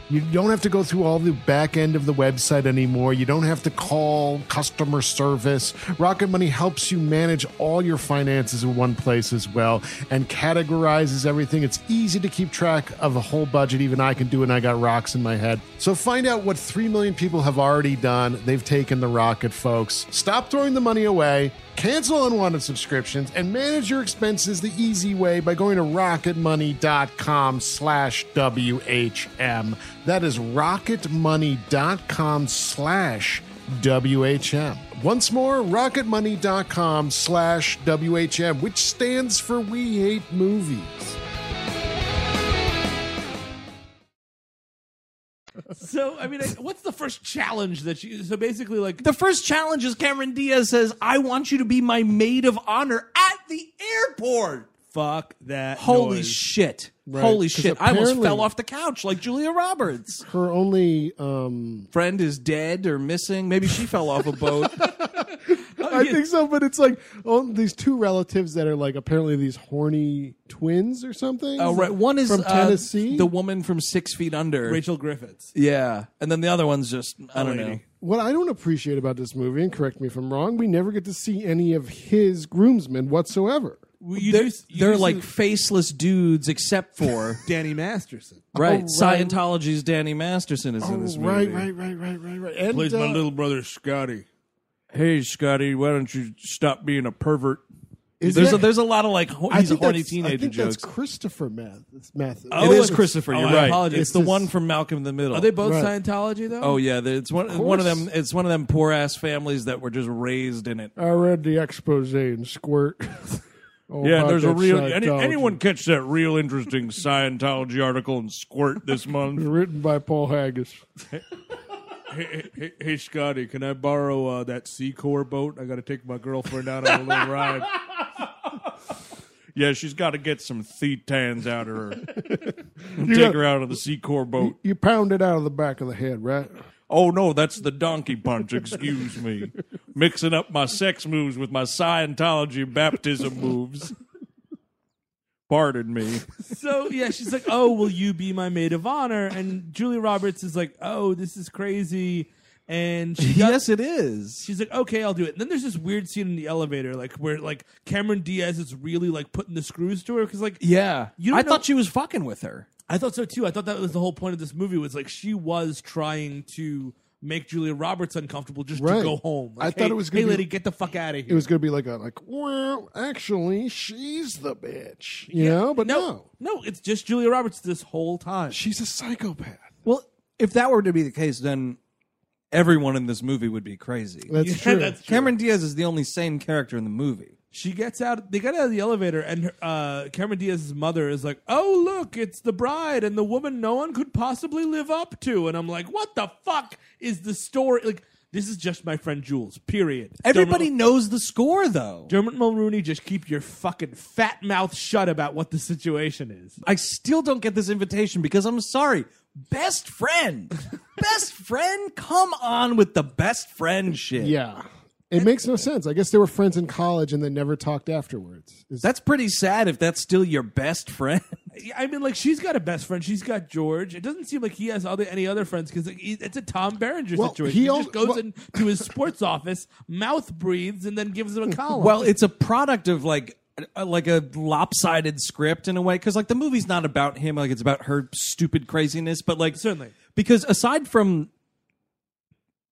Speaker 4: You don't have to go through all the back end of the website anymore. You don't have to call customer service. Rocket Money helps you manage all your finances in one place as well and categorizes everything. It's easy to keep track of a whole budget. Even I can do it, and I got rocks in my head. So find out what 3 million people have already done. They've taken the rocket, folks. Stop throwing the money away, cancel unwanted subscriptions, and manage your expenses the easy way by going to rocketmoney.com slash WHM. That is rocketmoney.com slash WHM. Once more, rocketmoney.com slash WHM, which stands for We Hate Movies.
Speaker 5: So I mean, I- what's the first challenge that you? So basically, like
Speaker 3: The first challenge is Cameron Diaz says, I want you to be my maid of honor at the airport.
Speaker 5: fuck that.
Speaker 3: Holy
Speaker 5: noise.
Speaker 3: shit. Holy
Speaker 4: 'cause
Speaker 3: shit. I almost
Speaker 4: apparently-
Speaker 3: fell off the couch like Julia Roberts.
Speaker 4: Her only, um,
Speaker 3: Friend is dead or missing. Maybe she fell off a boat.
Speaker 4: I think so, but it's like oh, these two relatives that are like apparently these horny twins or something.
Speaker 3: Oh, right. One is
Speaker 4: from
Speaker 3: uh,
Speaker 4: Tennessee.
Speaker 3: the woman from Six Feet Under.
Speaker 5: Rachel Griffiths.
Speaker 3: Yeah. And then the other one's just, I don't know.
Speaker 5: lady.
Speaker 4: what I don't appreciate about this movie, and correct me if I'm wrong, we never get to see any of his groomsmen whatsoever.
Speaker 5: Well, you
Speaker 3: They're,
Speaker 5: do s- you
Speaker 3: they're
Speaker 5: do see
Speaker 3: like faceless dudes except for.
Speaker 5: Danny Masterson.
Speaker 4: Oh,
Speaker 3: right.
Speaker 4: right. Oh,
Speaker 3: Scientology's Danny Masterson is in this movie.
Speaker 4: right, right, right, right, right, right. And
Speaker 7: Plays my
Speaker 4: uh,
Speaker 7: little brother Scotty. Hey Scotty, why don't you stop being a pervert?
Speaker 4: is
Speaker 3: There's
Speaker 4: that-
Speaker 3: a, there's a lot of like ho-
Speaker 4: I
Speaker 3: he's a
Speaker 4: think
Speaker 3: horny
Speaker 4: that's- I
Speaker 3: teenager
Speaker 4: think
Speaker 3: jokes.
Speaker 4: That's Christopher Math. It's Math.
Speaker 3: it is
Speaker 5: it's-
Speaker 3: Christopher.
Speaker 5: oh,
Speaker 3: You're
Speaker 5: I
Speaker 3: right.
Speaker 5: apologize.
Speaker 3: It's the
Speaker 4: It's
Speaker 3: one
Speaker 4: just-
Speaker 3: from Malcolm in the Middle.
Speaker 5: Are they both
Speaker 4: Right.
Speaker 5: Scientology though?
Speaker 3: Oh yeah, they- it's one one of
Speaker 4: course.
Speaker 3: them. It's one of them poor ass families that were just raised in it.
Speaker 4: I read the expose and squirt. Oh,
Speaker 7: Yeah,
Speaker 4: about
Speaker 7: there's a
Speaker 4: that
Speaker 7: real any,
Speaker 4: Scientology.
Speaker 7: anyone catch that real interesting Scientology article and squirt this month.
Speaker 4: written by Paul Haggis.
Speaker 7: hey, hey, hey, Scotty, can I borrow uh, that Secor boat? I got to take my girlfriend out on a little ride. Yeah, she's got to get some thetans out of her. take
Speaker 4: got-
Speaker 7: her out of the Secor boat.
Speaker 4: You pound it out of the back of the head, right?
Speaker 7: Oh no, that's the donkey punch. Excuse me, mixing up my sex moves with my Scientology baptism moves. Pardon me.
Speaker 5: So yeah, she's like, "Oh, will you be my maid of honor?" And Julia Roberts is like, "Oh, this is crazy." And she does,
Speaker 3: Yes, it is.
Speaker 5: she's like, "Okay, I'll do it." And then there's this weird scene in the elevator, like where like Cameron Diaz is really like putting the screws to her because like
Speaker 3: Yeah,
Speaker 5: You don't
Speaker 3: I
Speaker 5: know-
Speaker 3: thought she was fucking with her.
Speaker 5: I thought so too. I thought that was the whole point of this movie was like she was trying to make Julia Roberts uncomfortable just
Speaker 4: Right.
Speaker 5: to go home.
Speaker 4: I
Speaker 5: Like,
Speaker 4: thought
Speaker 5: hey-
Speaker 4: it was gonna
Speaker 5: hey
Speaker 4: be-
Speaker 5: lady, get the fuck out of
Speaker 4: It
Speaker 5: here.
Speaker 4: was going to be like a like. Well, actually, she's the bitch, you know. But no,
Speaker 5: no, it's just Julia Roberts this whole time.
Speaker 4: she's a psychopath.
Speaker 3: Well, if that were to be the case, then everyone in this movie would be crazy.
Speaker 4: That's
Speaker 5: Yeah,
Speaker 4: true.
Speaker 5: that's true.
Speaker 3: Cameron Diaz is the only sane character in the movie.
Speaker 5: she gets out they got out of the elevator and her, uh, cameron diaz's mother is like oh look it's the bride and the woman no one could possibly live up to and i'm like what the fuck is the story like this is just my friend jules period
Speaker 3: Everybody knows the score, though.
Speaker 5: Dermot Mulrooney, just keep your fucking fat mouth shut about what the situation is.
Speaker 3: I still don't get this invitation because I'm sorry. Best friend, best friend, come on with the best friend shit.
Speaker 4: yeah, it makes no sense. I guess they were friends in college and they never talked afterwards. Is
Speaker 3: that's pretty sad if that's still your best friend.
Speaker 5: I mean, like she's got a best friend. She's got George. It doesn't seem like he has other any other friends because like, he- it's a Tom Berenger
Speaker 4: Well,
Speaker 5: situation.
Speaker 4: he
Speaker 5: He,
Speaker 4: al-
Speaker 5: just goes
Speaker 4: well-
Speaker 5: into his sports office, mouth breathes, and then gives him a column.
Speaker 3: Well, it's a product of like uh, like a lopsided script in a way because like the movie's not about him like it's about her stupid craziness but like
Speaker 5: Certainly.
Speaker 3: because aside from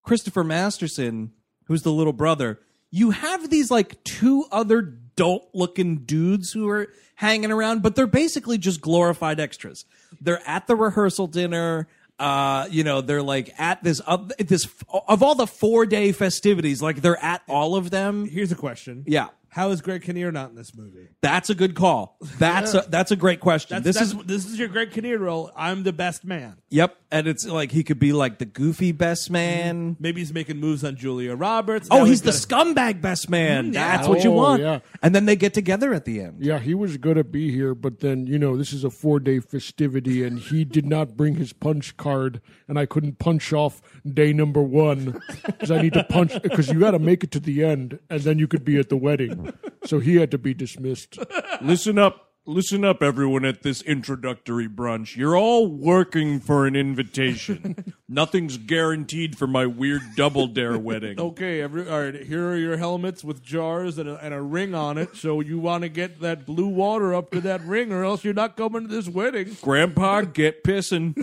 Speaker 3: christopher masterson who's the little brother you have these like two other dolt looking dudes who are hanging around but they're basically just glorified extras they're at the rehearsal dinner Uh, you know, they're like at this of this of all the four day festivities, like they're at all of them.
Speaker 5: Here's a question.
Speaker 3: Yeah.
Speaker 5: How is Greg Kinnear not in this movie?
Speaker 3: That's a good call. That's a that's a great question.
Speaker 5: That's,
Speaker 3: this
Speaker 5: that's-
Speaker 3: is
Speaker 5: this is your Greg Kinnear role. I'm the best man.
Speaker 3: yep, and it's like he could be like the goofy best man.
Speaker 5: Maybe he's making moves on Julia Roberts.
Speaker 3: Oh,
Speaker 5: Now
Speaker 3: he's the
Speaker 5: got a-
Speaker 3: scumbag best
Speaker 5: Mm-hmm.
Speaker 3: man. That's what you
Speaker 4: Oh,
Speaker 3: want.
Speaker 4: yeah.
Speaker 3: And then they get together at the end.
Speaker 4: Yeah, he was going to be here, but then, you know, this is a four day festivity and he did not bring his punch card and I couldn't punch off day number one because I need to punch because you got to make it to the end and then you could be at the wedding. So he had to be dismissed.
Speaker 7: Listen up. Listen up, everyone, at this introductory brunch. You're all working for an invitation. Nothing's guaranteed for my weird double dare wedding.
Speaker 5: Okay, every, all right. Here are your helmets with jars and a, and a ring on it. So you want to get that blue water up to that ring, or else you're not coming to this wedding.
Speaker 7: Grandpa, get pissing.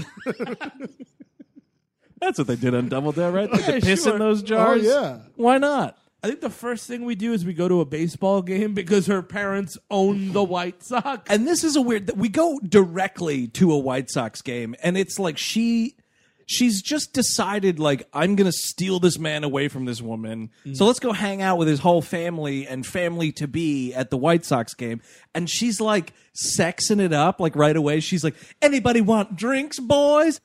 Speaker 8: That's what they did on Double Dare, right? Like
Speaker 5: Yeah,
Speaker 8: the piss
Speaker 5: sure. Oh,
Speaker 8: in those jars.
Speaker 4: yeah.
Speaker 8: Why not?
Speaker 5: I think the first thing we do is we go to a baseball game because her parents own the White Sox.
Speaker 3: And this is a weird that we go directly to a White Sox game and it's like she she's just decided like I'm going to steal this man away from this woman. So let's go hang out with his whole family and family to be at the White Sox game and she's like sexing it up like right away. She's like anybody want drinks, boys?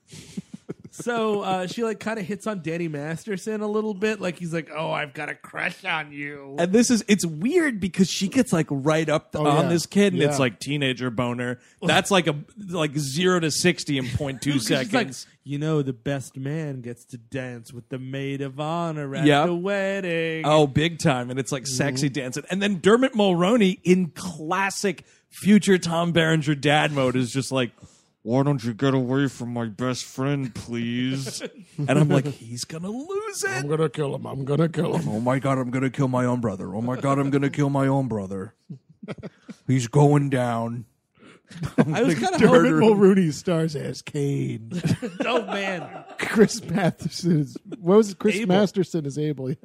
Speaker 5: So uh, she like kind of hits on Danny Masterson a little bit. Like he's like, "Oh, I've got a crush on you."
Speaker 3: And this is it's weird because she gets like right up on
Speaker 4: yeah.
Speaker 3: this kid and it's
Speaker 4: Yeah.
Speaker 3: like teenager boner. That's like a like 0 to 60 in 0.2
Speaker 5: Because she's like,
Speaker 3: seconds.
Speaker 5: you know, the best man gets to dance with the maid of honor at
Speaker 3: Yeah.
Speaker 5: the wedding.
Speaker 3: Oh, big time. And it's like sexy dancing. And then Dermot Mulroney in classic future Tom Berenger dad mode is just like,
Speaker 7: Why don't you get away from my best friend, please?
Speaker 3: and I'm like, he's going to lose
Speaker 4: I'm
Speaker 3: it.
Speaker 4: going to kill him. I'm going to kill him.
Speaker 3: Oh my God, I'm going to kill my own brother. Oh my God, I'm going to kill my own brother. He's going down.
Speaker 5: I was kind of
Speaker 4: Dermot
Speaker 5: hoping.
Speaker 4: Mulrooney stars as Kane.
Speaker 5: Oh man,
Speaker 4: Chris Masterson is, what was it? Chris
Speaker 5: Abel.
Speaker 4: Masterson is able. Yeah.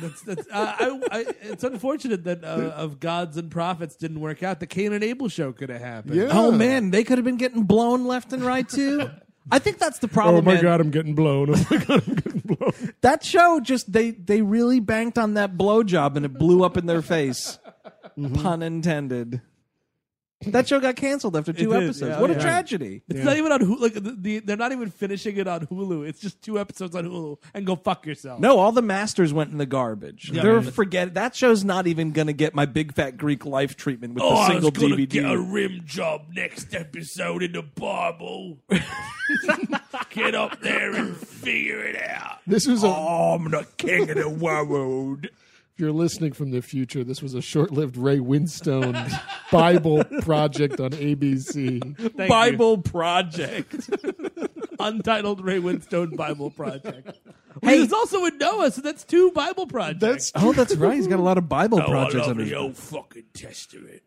Speaker 5: that's, that's, uh, I, I, it's unfortunate that uh, of gods and prophets didn't work out. The Cain and Abel show could have happened.
Speaker 4: Yeah.
Speaker 3: Oh man, they could have been getting blown left and right too. I think that's the problem.
Speaker 4: Oh my
Speaker 3: man.
Speaker 4: God, I'm getting blown. Oh my God, I'm getting blown.
Speaker 3: That show just they they really banked on that blowjob and it blew up in their face. Pun intended. That show got canceled after two
Speaker 5: did,
Speaker 3: episodes.
Speaker 5: yeah.
Speaker 3: what a
Speaker 5: Yeah.
Speaker 3: tragedy.
Speaker 5: It's not even on Hulu. Like the, the, they're not even finishing it on Hulu. It's just two episodes on Hulu, and go fuck yourself.
Speaker 3: No, all the masters went in the garbage. They're forget that show's not even going to get my big fat Greek life treatment
Speaker 7: Oh,
Speaker 5: Oh,
Speaker 3: with the single DVD.
Speaker 5: rim job next episode in the Bible. Get up there and figure it out.
Speaker 4: This was a,
Speaker 5: I'm the king of the world.
Speaker 4: if you're listening from the future, this was a short-lived Ray Winstone Bible project on ABC.
Speaker 3: Bible project.
Speaker 5: Untitled Ray Winstone Bible Project. Hey, he's also in Noah, so that's two Bible projects.
Speaker 4: That's
Speaker 3: oh, that's right. He's got a lot of Bible
Speaker 7: Oh,
Speaker 3: projects under his
Speaker 7: old fucking testament.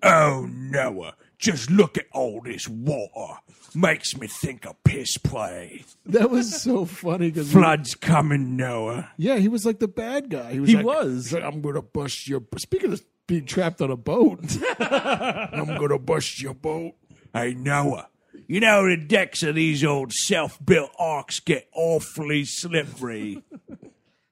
Speaker 7: Oh, Noah, just look at all this water. Makes me think of piss play.
Speaker 4: that was so funny because
Speaker 7: Blood's coming, Noah.
Speaker 4: yeah, he was like the bad guy. He was.
Speaker 3: He
Speaker 4: like,
Speaker 3: was.
Speaker 4: he's like, I'm gonna bust your. Speaking of being trapped on a boat, I'm gonna bust your boat.
Speaker 7: Hey, Noah, you know the decks of these old self built arcs get awfully slippery.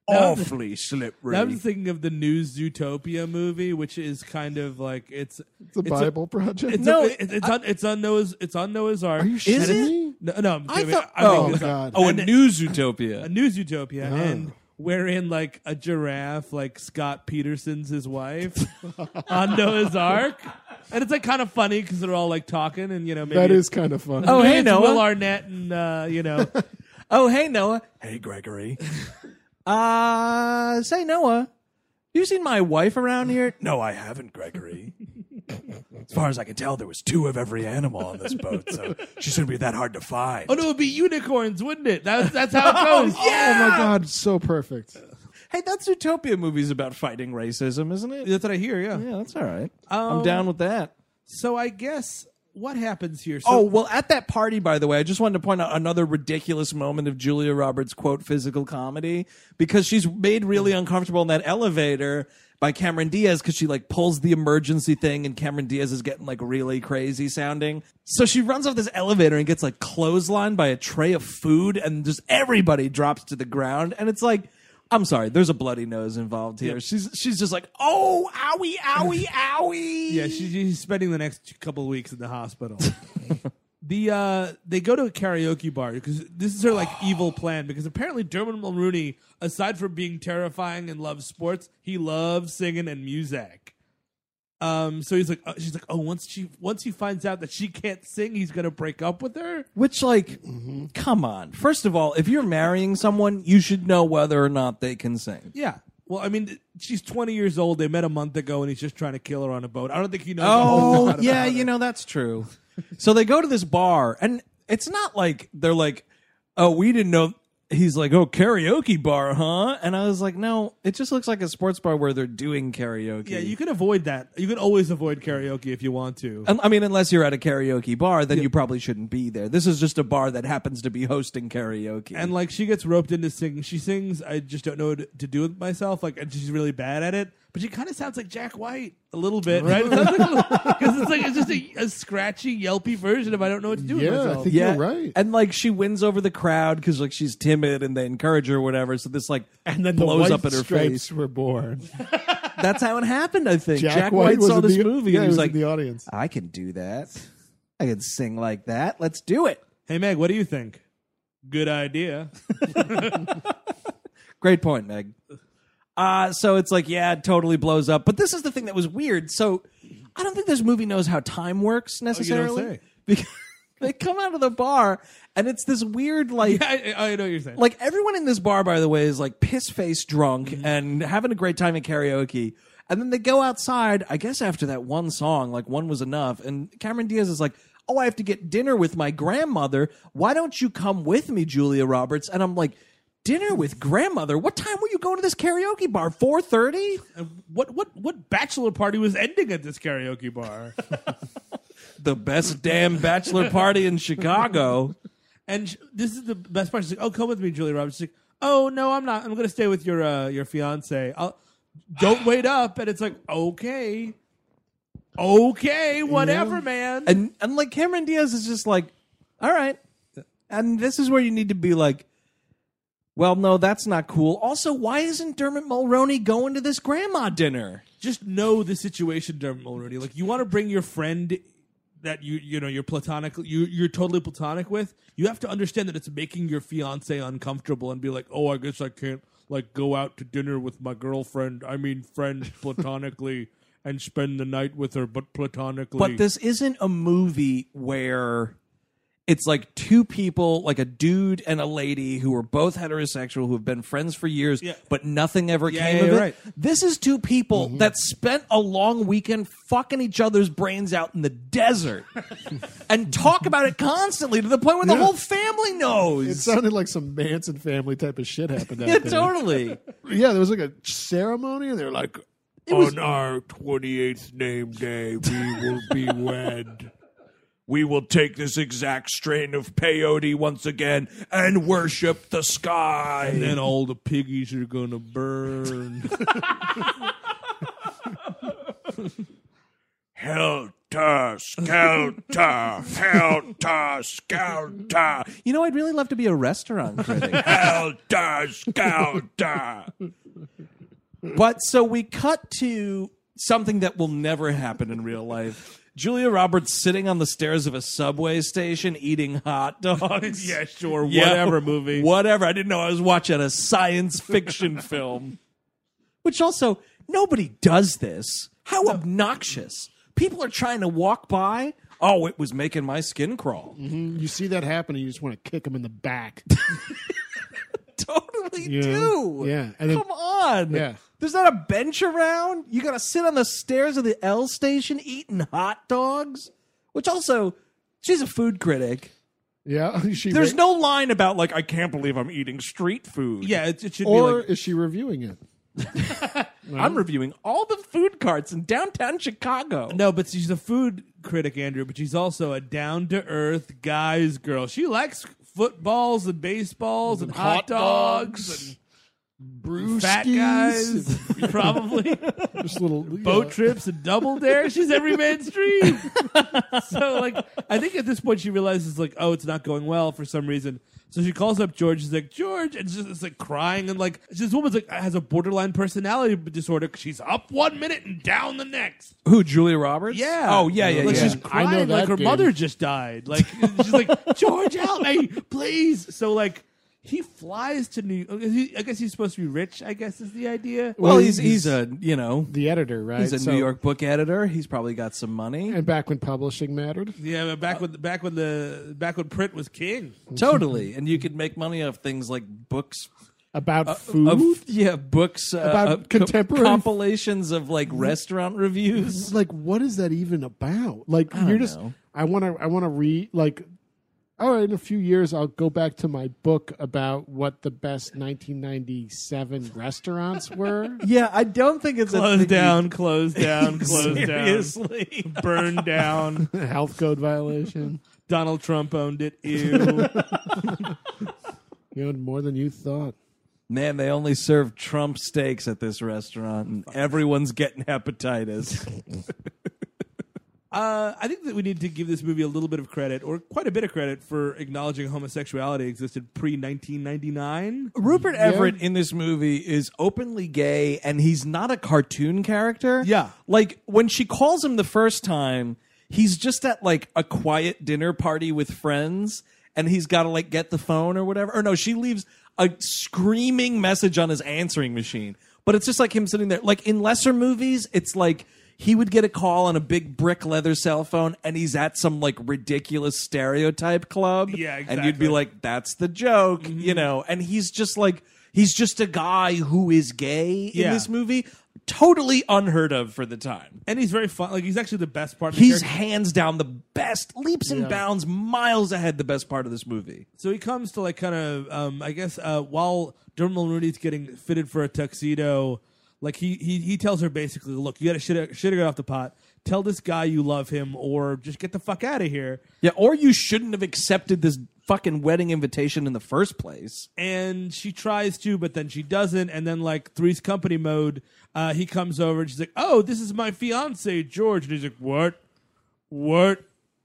Speaker 7: awfully slippery.
Speaker 5: I'm thinking of the new Zootopia movie, which is kind of like it's
Speaker 4: It's a Bible project.
Speaker 5: It's
Speaker 3: No,
Speaker 5: no, it's, it's on it's on Noah's it's on Noah's Ark.
Speaker 4: Are you
Speaker 3: Is
Speaker 4: shitting
Speaker 3: it?
Speaker 4: me?
Speaker 5: No, no, I'm
Speaker 3: I
Speaker 5: kidding.
Speaker 3: thought-
Speaker 5: I'm thinking
Speaker 3: oh,
Speaker 4: Oh
Speaker 5: it's on-
Speaker 4: God. Oh.
Speaker 3: Oh, a new Zootopia.
Speaker 5: a new Zootopia, and wherein like a giraffe, like Scott Peterson's his wife, on Noah's Ark, and it's like kind of funny because they're all like talking, and you know maybe
Speaker 4: that
Speaker 5: it's-
Speaker 4: is kind of funny.
Speaker 3: Oh,
Speaker 5: maybe
Speaker 3: hey,
Speaker 5: it's
Speaker 3: Noah.
Speaker 5: Will Arnett, and uh, you know
Speaker 3: Oh, hey Noah.
Speaker 7: hey, Gregory.
Speaker 3: Uh, say Noah. You seen my wife around here?
Speaker 7: No, I haven't, Gregory. As far as I can tell, there was two of every animal on this boat, so she shouldn't be that hard to find.
Speaker 5: oh no, it'd be unicorns, wouldn't it? That's that's how it goes.
Speaker 4: Oh my God, so perfect.
Speaker 3: Hey, that Zootopia movie's about fighting racism, isn't it?
Speaker 5: That's what I hear. Yeah.
Speaker 3: Yeah, that's all right. I'm
Speaker 5: Um,
Speaker 3: down with that.
Speaker 5: So I guess what happens here? So,
Speaker 3: Oh, well, at that party, by the way, I just wanted to point out another ridiculous moment of
Speaker 5: Mm-hmm.
Speaker 3: Julia Roberts' quote physical comedy because she's made really uncomfortable in that elevator. by Cameron Diaz because she like pulls the emergency thing and Cameron Diaz is getting like really crazy sounding. So she runs off this elevator and gets like clotheslined by a tray of food and just everybody drops to the ground and it's like I'm sorry, there's a bloody nose involved here. She's she's just like, oh, owie, owie, owie.
Speaker 5: Yeah, she, she's spending the next couple of weeks in the hospital. the uh, they go to a karaoke bar because this is her like evil plan. Because apparently Dermot Mulrooney, aside from being terrifying and loves sports, he loves singing and music. Um, so he's like, uh, she's like, oh, once she once he finds out that she can't sing, he's gonna break up with her.
Speaker 3: Which, like,
Speaker 5: Mm-hmm.
Speaker 3: come on. First of all, if you're marrying someone, you should know whether or not they can sing.
Speaker 5: Yeah. Well, I mean, she's 20 years old. They met a month ago, and he's just trying to kill her on a boat. I don't think he knows. a whole
Speaker 3: Oh,
Speaker 5: lot
Speaker 3: yeah,
Speaker 5: about
Speaker 3: you
Speaker 5: her.
Speaker 3: know, that's true. so they go to this bar, and it's not like they're like, oh, we didn't know. He's like, oh, karaoke bar, huh? And I was like, no, it just looks like a sports bar where they're doing karaoke.
Speaker 5: Yeah, you can avoid that. You can always avoid karaoke if you want to.
Speaker 3: Un- Um, I mean, unless you're at a karaoke bar, then you probably shouldn't be there. This is just a bar that happens to be hosting karaoke.
Speaker 5: and like she gets roped into singing. She sings I just don't know what to do with myself. Like and she's really bad at it. But she kind of sounds like Jack White a little bit, right? Because it's like it's just a, a scratchy, yelpy version of I don't know what to do with
Speaker 4: Yeah,
Speaker 5: myself.
Speaker 4: I think you're right.
Speaker 3: And like she wins over the crowd because like she's timid and they encourage her, or whatever. So this like
Speaker 4: And then
Speaker 3: blows
Speaker 4: the
Speaker 3: up in her
Speaker 4: stripes
Speaker 3: face.
Speaker 4: were born.
Speaker 3: That's how it happened. I think Jack,
Speaker 4: Jack White
Speaker 3: White,
Speaker 4: was
Speaker 3: saw
Speaker 4: in
Speaker 3: this
Speaker 4: the-
Speaker 3: movie
Speaker 4: yeah,
Speaker 3: and
Speaker 4: he was
Speaker 3: he was,
Speaker 4: in
Speaker 3: like,
Speaker 4: the audience.
Speaker 3: I can do that. I can sing like that. Let's do it.
Speaker 5: hey Meg, what do you think? Good idea.
Speaker 3: Great point, Meg. Uh, so it's like, yeah, it totally blows up. But this is the thing that was weird. So I don't think this movie knows how time works
Speaker 4: Oh,
Speaker 3: necessarily.
Speaker 5: say.
Speaker 3: Because they come out of the bar and it's this weird like
Speaker 5: I, I I know what you're saying.
Speaker 3: like everyone in this bar, by the way, is like piss face drunk and having a great time at karaoke. And then they go outside, I guess after that one song, like one was enough. And Cameron Diaz is like, Oh, I have to get dinner with my grandmother. Why don't you come with me, Julia Roberts? And I'm like, Dinner with grandmother? What time were you going to this karaoke bar? Four thirty?
Speaker 5: what what what bachelor party was ending at this karaoke bar?
Speaker 3: The best damn bachelor party in Chicago.
Speaker 5: And sh- this is the best part. She's like, "Oh, come with me, Julie Roberts." She's like, "Oh no, I'm not. I'm going to stay with your uh, your fiance. I'll, don't wait up." And it's like, "Okay, okay, whatever, man."
Speaker 3: And and like Cameron Diaz is just like, all right. And this is where you need to be like, well, no, that's not cool. Also, why isn't Dermot Mulroney going to this grandma dinner?
Speaker 5: Just know the situation, Dermot Mulroney. Like, you want to bring your friend that you you know you're platonic you you're totally platonic with. You have to understand that it's making your fiance uncomfortable and be like, "Oh, I guess I can't like go out to dinner with my girlfriend. I mean, friend platonically." And spend the night with her, but platonically.
Speaker 3: But this isn't a movie where it's like two people, like a dude and a lady who are both heterosexual who have been friends for years,
Speaker 5: Yeah.
Speaker 3: but nothing ever
Speaker 5: Yeah,
Speaker 3: came
Speaker 5: yeah,
Speaker 3: of it.
Speaker 5: you're right. Mm-hmm.
Speaker 3: This is two people that spent a long weekend fucking each other's brains out in the desert and talk about it constantly to the point where the whole family knows.
Speaker 4: It sounded like some Manson family type of shit happened out
Speaker 3: yeah,
Speaker 4: there.
Speaker 3: totally.
Speaker 4: Yeah, there was like a ceremony, and they were like,
Speaker 7: On our 28th name day, we will be wed. We will take this exact strain of peyote once again and worship the sky.
Speaker 5: And then all the piggies are gonna burn.
Speaker 7: Helter skelter, helter skelter,
Speaker 3: You know, I'd really love to be a restaurant critic.
Speaker 7: helter skelter.
Speaker 3: But so we cut to something that will never happen in real life. Julia Roberts sitting on the stairs of a subway station eating hot dogs.
Speaker 5: yeah, sure,
Speaker 3: Yeah,
Speaker 5: whatever movie.
Speaker 3: Whatever. I didn't know I was watching a science fiction film. Which also, nobody does this. How obnoxious. People are trying to walk by. Oh, it was making my skin crawl.
Speaker 4: you see that happen, and you just want to kick him in the back.
Speaker 3: Totally
Speaker 4: Yeah.
Speaker 3: do.
Speaker 4: Yeah. And then-
Speaker 3: Come on.
Speaker 4: Yeah.
Speaker 3: There's not a bench around. You got to sit on the stairs of the L station eating hot dogs, which also, she's a food critic.
Speaker 4: yeah, is she
Speaker 3: There's
Speaker 4: ra-
Speaker 3: no line about, like, I can't believe I'm eating street food.
Speaker 5: Yeah, it, it should
Speaker 4: Or
Speaker 5: be like
Speaker 4: is she reviewing it?
Speaker 3: I'm reviewing all the food carts in downtown Chicago.
Speaker 5: no, but she's a food critic, Andrew. But she's also a down to earth guys girl. She likes footballs and baseballs and, hot, dogs. and
Speaker 4: Bruce
Speaker 5: fat guys, probably
Speaker 4: just little
Speaker 5: boat trips and double dare. She's every man's dream. so like, I think at this point she realizes like, oh, it's not going well for some reason. So she calls up George. She's like, George, and just it's like crying and like this woman's like has a borderline personality disorder. 'cause She's up one minute and down the next.
Speaker 3: Who, Julia Roberts?
Speaker 5: Yeah.
Speaker 3: Oh, yeah, yeah,
Speaker 5: Like
Speaker 3: yeah.
Speaker 5: she's
Speaker 4: I know
Speaker 5: crying like
Speaker 4: that
Speaker 5: her
Speaker 4: dude.
Speaker 5: mother just died. Like she's like, George, help me, please. So like he flies to New he- I guess he's supposed to be rich, I guess is the idea.
Speaker 3: well, he's, he's a, you know,
Speaker 4: The editor, right?
Speaker 3: he's a
Speaker 4: So-
Speaker 3: New York book editor. He's probably got some money.
Speaker 4: And back when publishing mattered,
Speaker 5: Yeah, but back when back when the back when print was king.
Speaker 3: totally. And you could make money off things like books
Speaker 4: about
Speaker 5: Uh,
Speaker 4: food.
Speaker 3: Of, yeah, books uh,
Speaker 4: About
Speaker 3: uh, co-
Speaker 4: contemporary-
Speaker 3: compilations of like restaurant reviews.
Speaker 4: like what is that even about like
Speaker 3: don't
Speaker 4: you're just
Speaker 3: know.
Speaker 4: i want to i want to read like all right in a few years i'll go back to my book about what the best 1997 restaurants were
Speaker 3: Yeah, I don't think it's
Speaker 5: Closed down, closed down, closed down.
Speaker 3: Seriously,
Speaker 5: Burned down.
Speaker 4: health code violation
Speaker 5: Donald Trump owned it. Ew.
Speaker 4: you know more than you thought
Speaker 3: man, they only serve Trump steaks at this restaurant, and everyone's getting hepatitis.
Speaker 5: Uh, I think that we need to give this movie a little bit of credit, or quite a bit of credit, for acknowledging homosexuality existed pre 1999.
Speaker 3: Rupert Everett in this movie is openly gay and he's not a cartoon character.
Speaker 5: Yeah.
Speaker 3: Like when she calls him the first time, he's just at like a quiet dinner party with friends and he's got to like get the phone or whatever. Or no, she leaves a screaming message on his answering machine. But it's just like him sitting there. Like in lesser movies, it's like he would get a call on a big brick leather cell phone and he's at some like ridiculous stereotype club.
Speaker 5: Yeah,
Speaker 3: And you'd
Speaker 5: exactly.
Speaker 3: be like, like that's the joke, you know. And he's just like he's just a guy who is gay in
Speaker 5: Yeah.
Speaker 3: this movie. Totally unheard of for the time.
Speaker 5: And he's very fun. Like, he's actually the best part of the
Speaker 3: He's
Speaker 5: character.
Speaker 3: hands down the best, leaps and bounds, miles ahead the best part of this movie.
Speaker 5: So he comes to, like, kind of, um, I guess, uh, while Dermot Mulrooney's getting fitted for a tuxedo, like, he, he, he tells her basically, look, you got to shit, shit or get off the pot. Tell this guy you love him, or just get the fuck out of here.
Speaker 3: Yeah, or you shouldn't have accepted this fucking wedding invitation in the first place.
Speaker 5: and she tries to, but then she doesn't. And then, like Three's Company mode, uh, he comes over and she's like, "Oh, this is my fiance George," and he's like, "What? What?"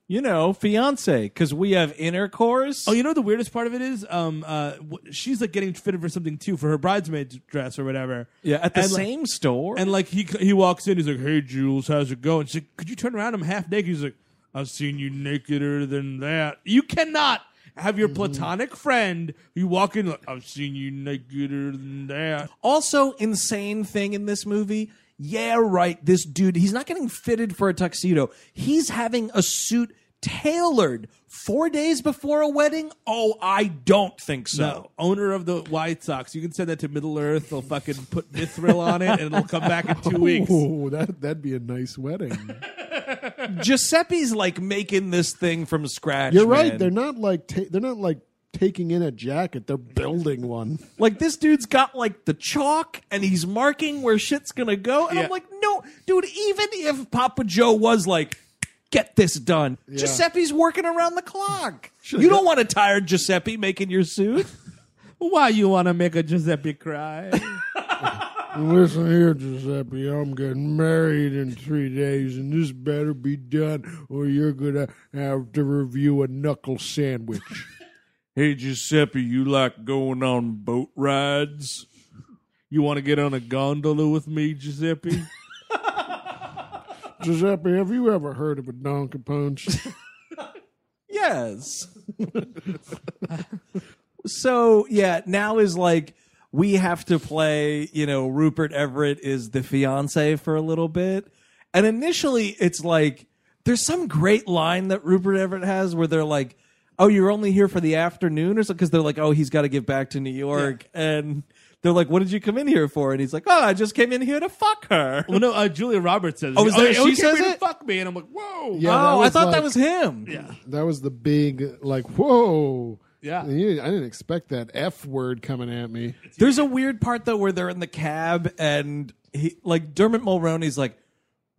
Speaker 3: You know, fiance, because we have intercourse.
Speaker 5: Oh, you know what the weirdest part of it is, um, uh, wh- she's like getting fitted for something too for her bridesmaid dress or whatever.
Speaker 3: yeah, at the
Speaker 5: And, like-
Speaker 3: same store.
Speaker 5: And like he he walks in, he's like, "Hey, Jules, how's it going?" She's like, "Could you turn around? I'm half naked." He's like, "I've seen you nakeder than that. You cannot." Have your platonic friend. You walk in. Like, I've seen you nakeder than that.
Speaker 3: Also, insane thing in this movie. Yeah, right. This dude, he's not getting fitted for a tuxedo. He's having a suit tailored four days before a wedding. Oh, I don't think so.
Speaker 5: No, owner of the White Sox. You can send that to Middle Earth. They'll fucking put Mithril on it, and it'll come back in two weeks.
Speaker 4: Ooh, that that'd be a nice wedding
Speaker 3: Giuseppe's like making this thing from scratch.
Speaker 4: you're right
Speaker 3: man.
Speaker 4: they're not like ta- they're not like taking in a jacket they're building one
Speaker 3: Like this dude's got like the chalk and he's marking where shit's gonna go. And I'm
Speaker 5: Yeah.
Speaker 3: like, no, dude, even if Papa Joe was like, get this done, Giuseppe's working around the clock. you don't want a tired Giuseppe making your suit.
Speaker 5: Why you want to make a Giuseppe cry?
Speaker 4: Listen here, Giuseppe. I'm getting married in three days, and this better be done, or you're gonna have to review a knuckle sandwich.
Speaker 7: Hey Giuseppe, you like going on boat rides?
Speaker 5: you want to get on a gondola with me, Giuseppe?
Speaker 4: Giuseppe, have you ever heard of a donkey punch?
Speaker 3: Yes. so yeah, now is like we have to play, you know, Rupert Everett is the fiance for a little bit. And initially it's like there's some great line that Rupert Everett has where they're like, "Oh, you're only here for the afternoon," or something because they're like, "Oh, he's got to get back to New York," and they're like, "What did you come in here for?" And he's like, "Oh, I just came in here to fuck her."
Speaker 5: well, no, uh, Julia Roberts says. it.
Speaker 3: Oh, is that-
Speaker 5: yeah,
Speaker 3: she
Speaker 5: you came
Speaker 3: says
Speaker 5: here to
Speaker 3: it?
Speaker 5: Fuck me, and I'm like, whoa.
Speaker 4: Yeah, that
Speaker 3: oh, I
Speaker 4: was
Speaker 3: thought that
Speaker 4: like-
Speaker 3: was him. Yeah.
Speaker 4: that was the big, like, whoa.
Speaker 5: Yeah.
Speaker 4: You- I didn't expect that F word coming at me.
Speaker 3: There's a weird part though where they're in the cab and he like Dermot Mulroney's like,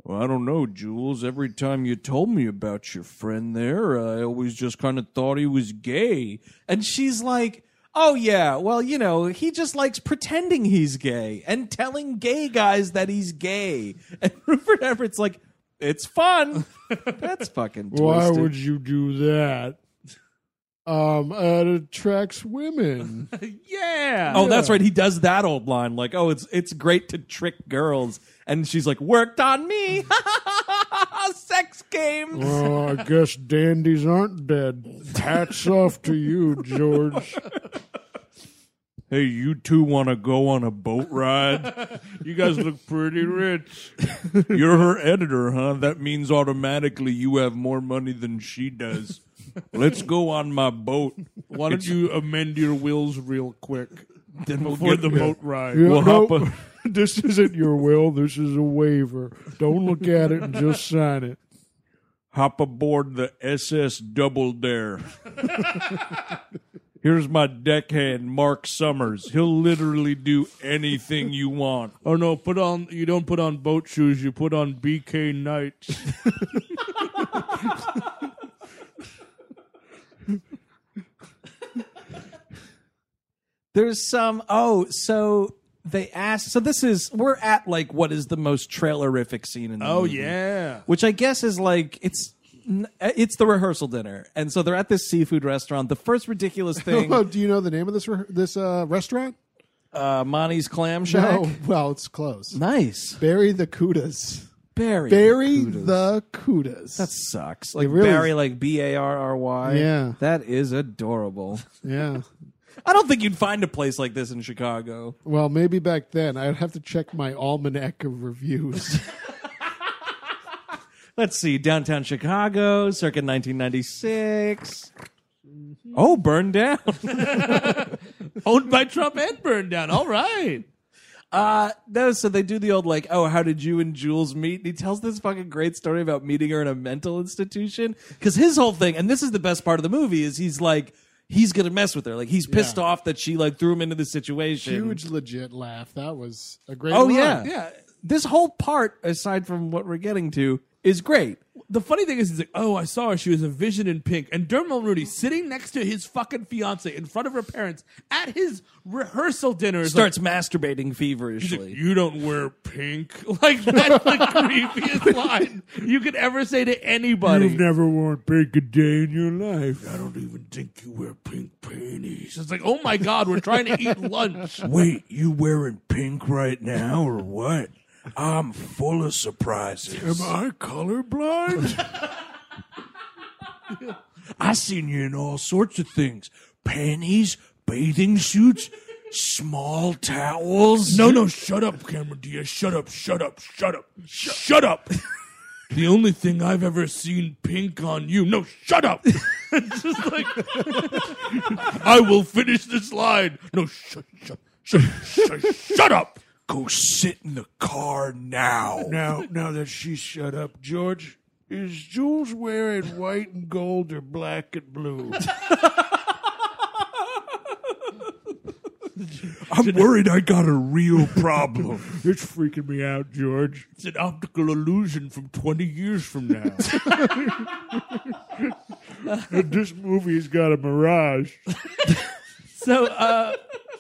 Speaker 7: Well, I don't know, Jules. Every time you told me about your friend there, I always just kind of thought he was gay.
Speaker 3: and she's like, Oh yeah, well you know he just likes pretending he's gay and telling gay guys that he's gay. And Rupert Everett's like, it's fun. That's fucking.
Speaker 4: Why
Speaker 3: twisted.
Speaker 4: would you do that? Um, it attracts women.
Speaker 5: Yeah.
Speaker 3: Oh, that's right. He does that old line, like, "Oh, it's it's great to trick girls," and she's like, "Worked on me, sex games."
Speaker 4: oh, I guess dandies aren't dead. Hats off to you, George.
Speaker 7: Hey, you two want to go on a boat ride? You guys look pretty rich. You're her editor, huh? That means automatically you have more money than she does. Let's go on my boat.
Speaker 5: Why don't you amend your wills real quick?
Speaker 7: Then we'll get the boat ride.
Speaker 4: Yeah,
Speaker 7: We'll
Speaker 4: no,
Speaker 7: hop on.
Speaker 4: this isn't your will. This is a waiver. Don't look at it and just sign it.
Speaker 7: hop aboard the SS Double Dare. Here's my deckhand, Mark Summers. He'll literally do anything you want.
Speaker 5: Oh no, put on you don't put on boat shoes, you put on BK Knights.
Speaker 3: There's some. Oh, so they asked. So this is we're at like what is the most trailerific scene in the
Speaker 5: Oh
Speaker 3: movie,
Speaker 5: yeah.
Speaker 3: which I guess is like it's. n- It's the rehearsal dinner, and so they're at this seafood restaurant. The first ridiculous thing,
Speaker 4: Oh, do you know the name of this re- this uh, restaurant?
Speaker 3: uh, Monty's Clam Shack.
Speaker 4: No. Well, it's close.
Speaker 3: Nice,
Speaker 4: Bury the Kudas.
Speaker 3: Barry.
Speaker 4: Bury the Kudas.
Speaker 3: That sucks. Like
Speaker 4: really-
Speaker 3: Barry, like B A R R Y.
Speaker 4: Yeah.
Speaker 3: that is adorable.
Speaker 4: yeah.
Speaker 3: I don't think you'd find a place like this in Chicago.
Speaker 4: Well, maybe back then I'd have to check my almanac of reviews.
Speaker 3: Let's see, downtown Chicago, circa 1996. Oh, burned down.
Speaker 5: Owned by Trump and burned down. All right.
Speaker 3: Uh, no, so they do the old like, oh, how did you and Jules meet? And he tells this fucking great story about meeting her in a mental institution. Because his whole thing, and this is the best part of the movie, is he's like, he's gonna mess with her. Like he's pissed off that she like threw him into the situation.
Speaker 4: Huge legit laugh. That was a great.
Speaker 3: Oh
Speaker 4: line.
Speaker 3: yeah, yeah. This whole part, aside from what we're getting to, is great.
Speaker 5: The funny thing is he's like, Oh, I saw her, she was a vision in pink. And Dermot Mulrooney sitting next to his fucking fiance in front of her parents at his rehearsal dinner is
Speaker 3: Starts masturbating
Speaker 5: like,
Speaker 3: feverishly.
Speaker 5: you don't wear pink. Like that's the creepiest line you could ever say to anybody.
Speaker 7: never worn pink a day in your life. I don't even think you wear pink panties.
Speaker 5: it's like, oh my god, we're trying to eat lunch.
Speaker 7: Wait, you wearing pink right now or what? I'm full of surprises. Am I colorblind? I seen you in all sorts of things. Panties, bathing suits, small towels. No, no, shut up, Cameron Diaz. Shut up, shut up, shut up, shut, up. the only thing I've ever seen pink on you. No, shut up. It's just like I will finish this line. No, shut, shut, shut, shut, shut up. Go sit in the car now. Now, now that she's shut up, George, is Jules wearing white and gold or black and blue? I'm worried I got a real problem.
Speaker 5: It's freaking me out, George.
Speaker 7: It's an optical illusion from 20 years from now.
Speaker 4: This movie's got a mirage.
Speaker 5: So, uh,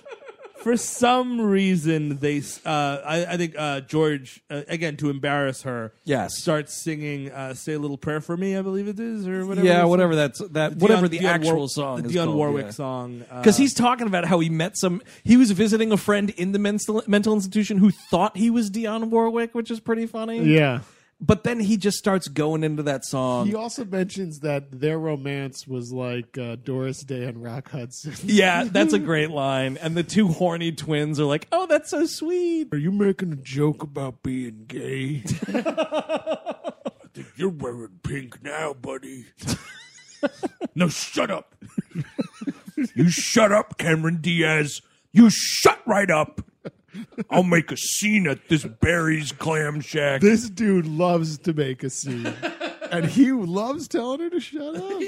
Speaker 5: for some reason, they, uh, I, I think uh, George, uh, again, to embarrass her,
Speaker 3: Yes.
Speaker 5: starts singing uh, "Say a Little Prayer for Me," I believe it is, or whatever.
Speaker 3: yeah,
Speaker 5: it's-
Speaker 3: whatever that's that.
Speaker 5: Dionne-
Speaker 3: whatever the
Speaker 5: Dionne
Speaker 3: actual
Speaker 5: War-
Speaker 3: song
Speaker 5: the
Speaker 3: is
Speaker 5: Dionne
Speaker 3: called,
Speaker 5: Warwick
Speaker 3: yeah.
Speaker 5: song. uh,
Speaker 3: Because he's talking about how he met some. He was visiting a friend in the mental mental institution who thought he was Dionne Warwick, which is pretty funny.
Speaker 4: Yeah.
Speaker 3: But then he just starts going into that song.
Speaker 4: He also mentions that their romance was like uh, Doris Day and Rock Hudson.
Speaker 3: yeah, that's a great line. And the two horny twins are like, "Oh, that's so sweet."
Speaker 7: Are you making a joke about being gay? I think you're wearing pink now, buddy. no, shut up. you shut up, Cameron Diaz. You shut right up. I'll make a scene at this Barry's clam shack.
Speaker 4: This dude loves to make a scene. And he loves telling her to shut up.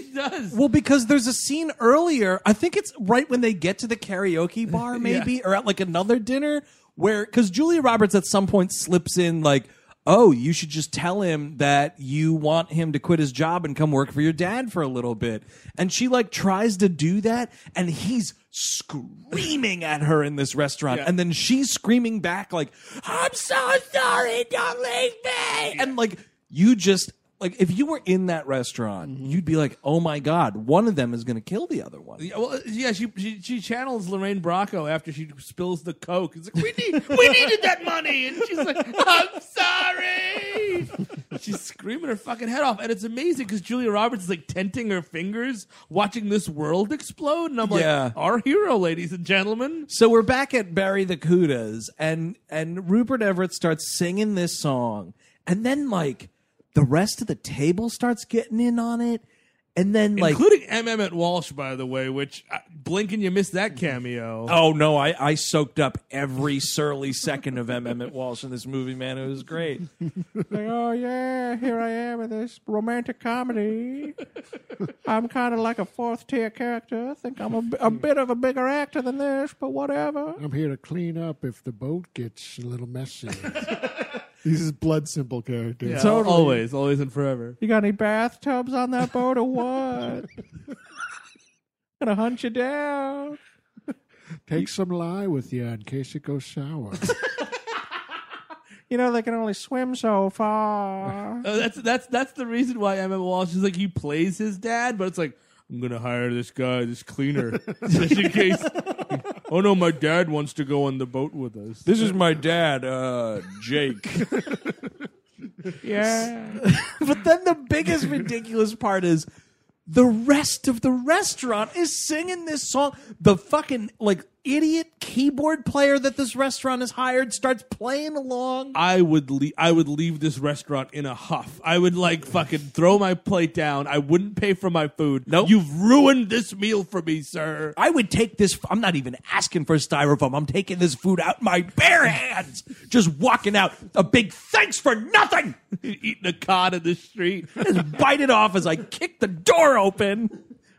Speaker 3: Well, because there's a scene earlier. I think it's right when they get to the karaoke bar, maybe, or at like another dinner where because Julia Roberts at some point slips in like. oh, you should just tell him that you want him to quit his job and come work for your dad for a little bit. And she like tries to do that, and he's screaming at her in this restaurant. And then she's screaming back, like, I'm so sorry, don't leave me. And like, you just. Like if you were in that restaurant, you'd be like, "Oh my god, one of them is going to kill the other one."
Speaker 5: Yeah, well, uh, yeah, she, she she channels Lorraine Bracco after she spills the coke. It's like we need we needed that money, and she's like, "I'm sorry." She's screaming her fucking head off, and it's amazing because Julia Roberts is like tenting her fingers, watching this world explode, and I'm like,
Speaker 3: Yeah.
Speaker 5: "Our hero, ladies and gentlemen."
Speaker 3: So we're back at Barry the Cudas, and and Rupert Everett starts singing this song, and then like the rest of the table starts getting in on it, and then like
Speaker 5: Including M. Emmett Walsh, by the way, which uh, blink and you missed that cameo.
Speaker 3: oh no, I I soaked up every surly second of M. Emmett Walsh in this movie, man. It was great.
Speaker 6: Like, oh yeah, here I am with this romantic comedy. I'm kind of like a fourth tier character. I think I'm a, bi- a bit of a bigger actor than this, but whatever.
Speaker 4: I'm here to clean up if the boat gets a little messy. These is blood simple characters.
Speaker 5: Yeah, always, always, and forever.
Speaker 6: You got any bathtubs on that boat or what? Gonna hunt you down.
Speaker 4: Take some lye with you in case it goes sour.
Speaker 6: You know they can only swim so far.
Speaker 5: Oh, that's that's that's the reason why Emma Walsh is like he plays his dad, but it's like I'm gonna hire this guy, this cleaner, just in case. Oh no, my dad wants to go on the boat with us.
Speaker 7: This is my dad, uh, Jake.
Speaker 6: Yeah.
Speaker 3: But then the biggest ridiculous part is the rest of the restaurant is singing this song. The fucking like idiot keyboard player that this restaurant has hired starts playing along.
Speaker 5: I would leave. I would leave this restaurant in a huff. I would like fucking throw my plate down. I wouldn't pay for my food. No, you've ruined this meal for me, sir.
Speaker 3: I would take this. I'm not even asking for styrofoam. I'm taking this food out in my bare hands, just walking out. A big thanks for nothing.
Speaker 5: Eating a cod in the street.
Speaker 3: Just bite it off as I kick the door open.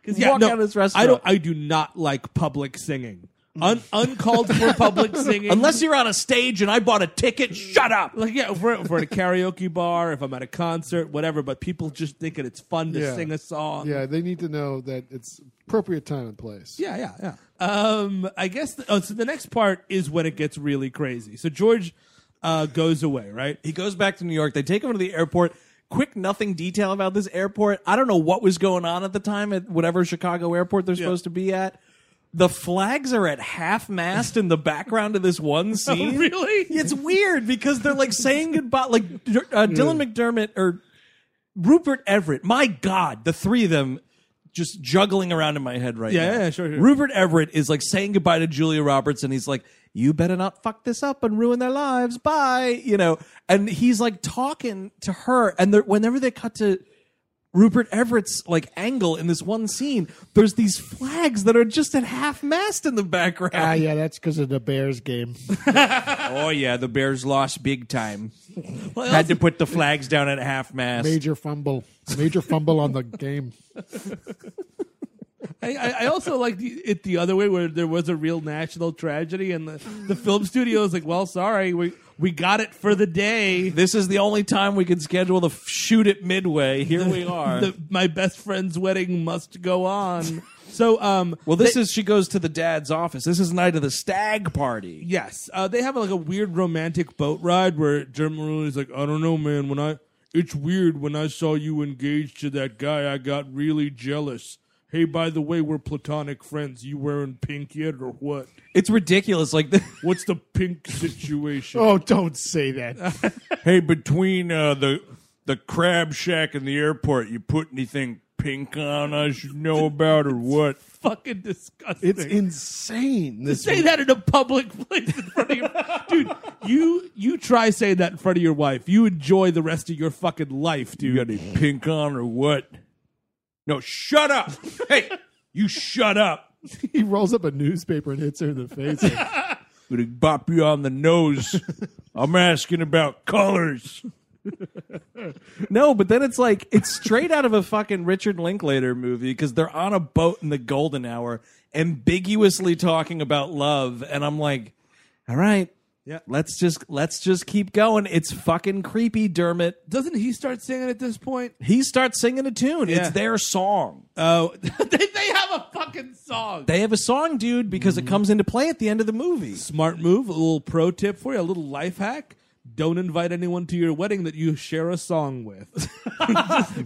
Speaker 3: Because
Speaker 5: Yeah,
Speaker 3: walk
Speaker 5: no,
Speaker 3: out of this restaurant.
Speaker 5: I don't. I do not like public singing. Un- uncalled for public singing.
Speaker 3: Unless you're on a stage and I bought a ticket, shut up.
Speaker 5: like yeah, if we're, if we're at a karaoke bar, if I'm at a concert, whatever. But people just thinking it's fun to
Speaker 4: Yeah.
Speaker 5: sing a song.
Speaker 4: yeah, they need to know that it's appropriate time and place.
Speaker 5: yeah, yeah, yeah. Um, I guess. The, oh, so the next part is when it gets really crazy. So George uh, goes away, right?
Speaker 3: He goes back to New York. They take him to the airport. Quick, nothing detail about this airport. I don't know what was going on at the time at whatever Chicago airport they're supposed to be at. The flags are at half mast in the background of this one scene.
Speaker 5: really?
Speaker 3: It's weird because they're like saying goodbye. Like uh, Dylan McDermott or Rupert Everett. My God, the three of them just juggling around in my head right
Speaker 5: Yeah,
Speaker 3: now.
Speaker 5: yeah, sure, sure.
Speaker 3: Rupert Everett is like saying goodbye to Julia Roberts, and he's like, "You better not fuck this up and ruin their lives." Bye, you know. And he's like talking to her, and they're- whenever they cut to Rupert Everett's like angle in this one scene, there's these flags that are just at half mast in the background.
Speaker 4: Ah, yeah, that's because of the Bears game.
Speaker 3: Oh yeah, the Bears lost big time. Had to put the flags down at half mast.
Speaker 4: Major fumble. Major fumble on the game.
Speaker 5: I, I I also like the, it the other way where there was a real national tragedy and the, the film studio is like, well, sorry, we we got it for the day.
Speaker 3: This is the only time we can schedule the f- shoot at midway. Here we are.
Speaker 5: The, my best friend's wedding must go on. So, um,
Speaker 3: well, this is she goes to the dad's office. This is night of the stag party.
Speaker 5: Yes, uh, they have like a weird romantic boat ride where Jim Maroney is like, I don't know, man. When I, it's weird when I saw you engaged to that guy, I got really jealous. Hey, by the way, we're platonic friends. You wearing pink yet or what?
Speaker 3: It's ridiculous. Like the,
Speaker 5: What's the pink situation?
Speaker 4: Oh, don't say that.
Speaker 7: hey, between uh, the the crab shack and the airport, you put anything pink on I should know about or what?
Speaker 5: Fucking disgusting.
Speaker 4: It's insane. This
Speaker 5: Say that in a public place in front of your dude. You you try saying that in front of your wife. You enjoy the rest of your fucking life, dude.
Speaker 7: You got any pink on or what? No, shut up. hey, you shut up.
Speaker 4: He rolls up a newspaper and hits her in the face. Like,
Speaker 7: I'm gonna bop you on the nose. I'm asking about colors.
Speaker 3: no, but then it's like it's straight out of a fucking Richard Linklater movie because they're on a boat in the golden hour, ambiguously talking about love, and I'm like, all right,
Speaker 5: Yeah.
Speaker 3: Let's just let's just keep going. It's fucking creepy, Dermot.
Speaker 5: Doesn't he start singing at this point?
Speaker 3: He starts singing a tune.
Speaker 5: Yeah.
Speaker 3: It's their song.
Speaker 5: Oh, they, they have a fucking song.
Speaker 3: They have a song, dude, because
Speaker 7: Mm-hmm.
Speaker 3: it comes into play at the end of the movie.
Speaker 5: Smart move. A little pro tip for you. A little life hack. Don't invite anyone to your wedding that you share a song with.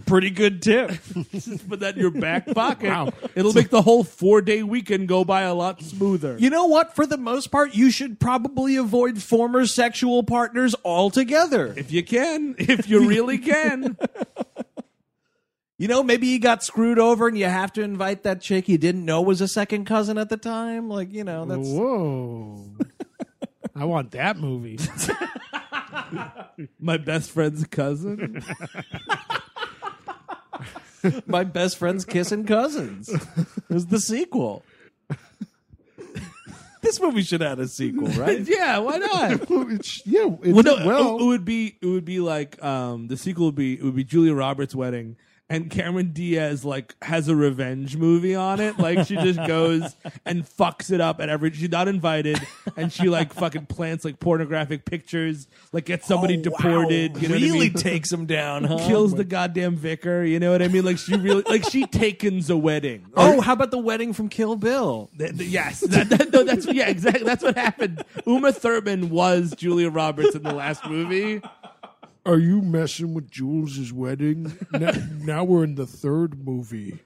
Speaker 3: Pretty good tip.
Speaker 5: Just put that in your back pocket. It'll make the whole four day weekend go by a lot smoother.
Speaker 3: You know what? For the most part, you should probably avoid former sexual partners altogether.
Speaker 5: if you can, if you really can.
Speaker 3: You know, maybe you got screwed over and you have to invite that chick you didn't know was a second cousin at the time. Like, you know, that's
Speaker 4: Whoa. I want that movie.
Speaker 5: My best friend's cousin.
Speaker 3: my best friend's kissing cousins. Is the sequel. this movie should have a sequel, right?
Speaker 5: yeah, why not?
Speaker 4: It's- yeah, it
Speaker 5: well,
Speaker 4: did
Speaker 5: no, it-
Speaker 4: well. oh,
Speaker 5: It, would be it would be like um, the sequel would be it would be Julia Roberts' wedding, and Cameron Diaz like has a revenge movie on it. Like she just goes and fucks it up at every. She's not invited, and she like fucking plants like pornographic pictures, like gets somebody deported. You know what I
Speaker 3: Oh, really
Speaker 5: mean?
Speaker 3: takes him down, huh?
Speaker 5: Kills the goddamn vicar, you know what I mean? Like she really, like she takens a wedding.
Speaker 3: Oh, how about the wedding from Kill Bill?
Speaker 5: Th- th- Yes, that, that, no, that's yeah, exactly. That's what happened. Uma Thurman was Julia Roberts in the last movie.
Speaker 4: Are you messing with Jules' wedding? now, now we're in the third movie.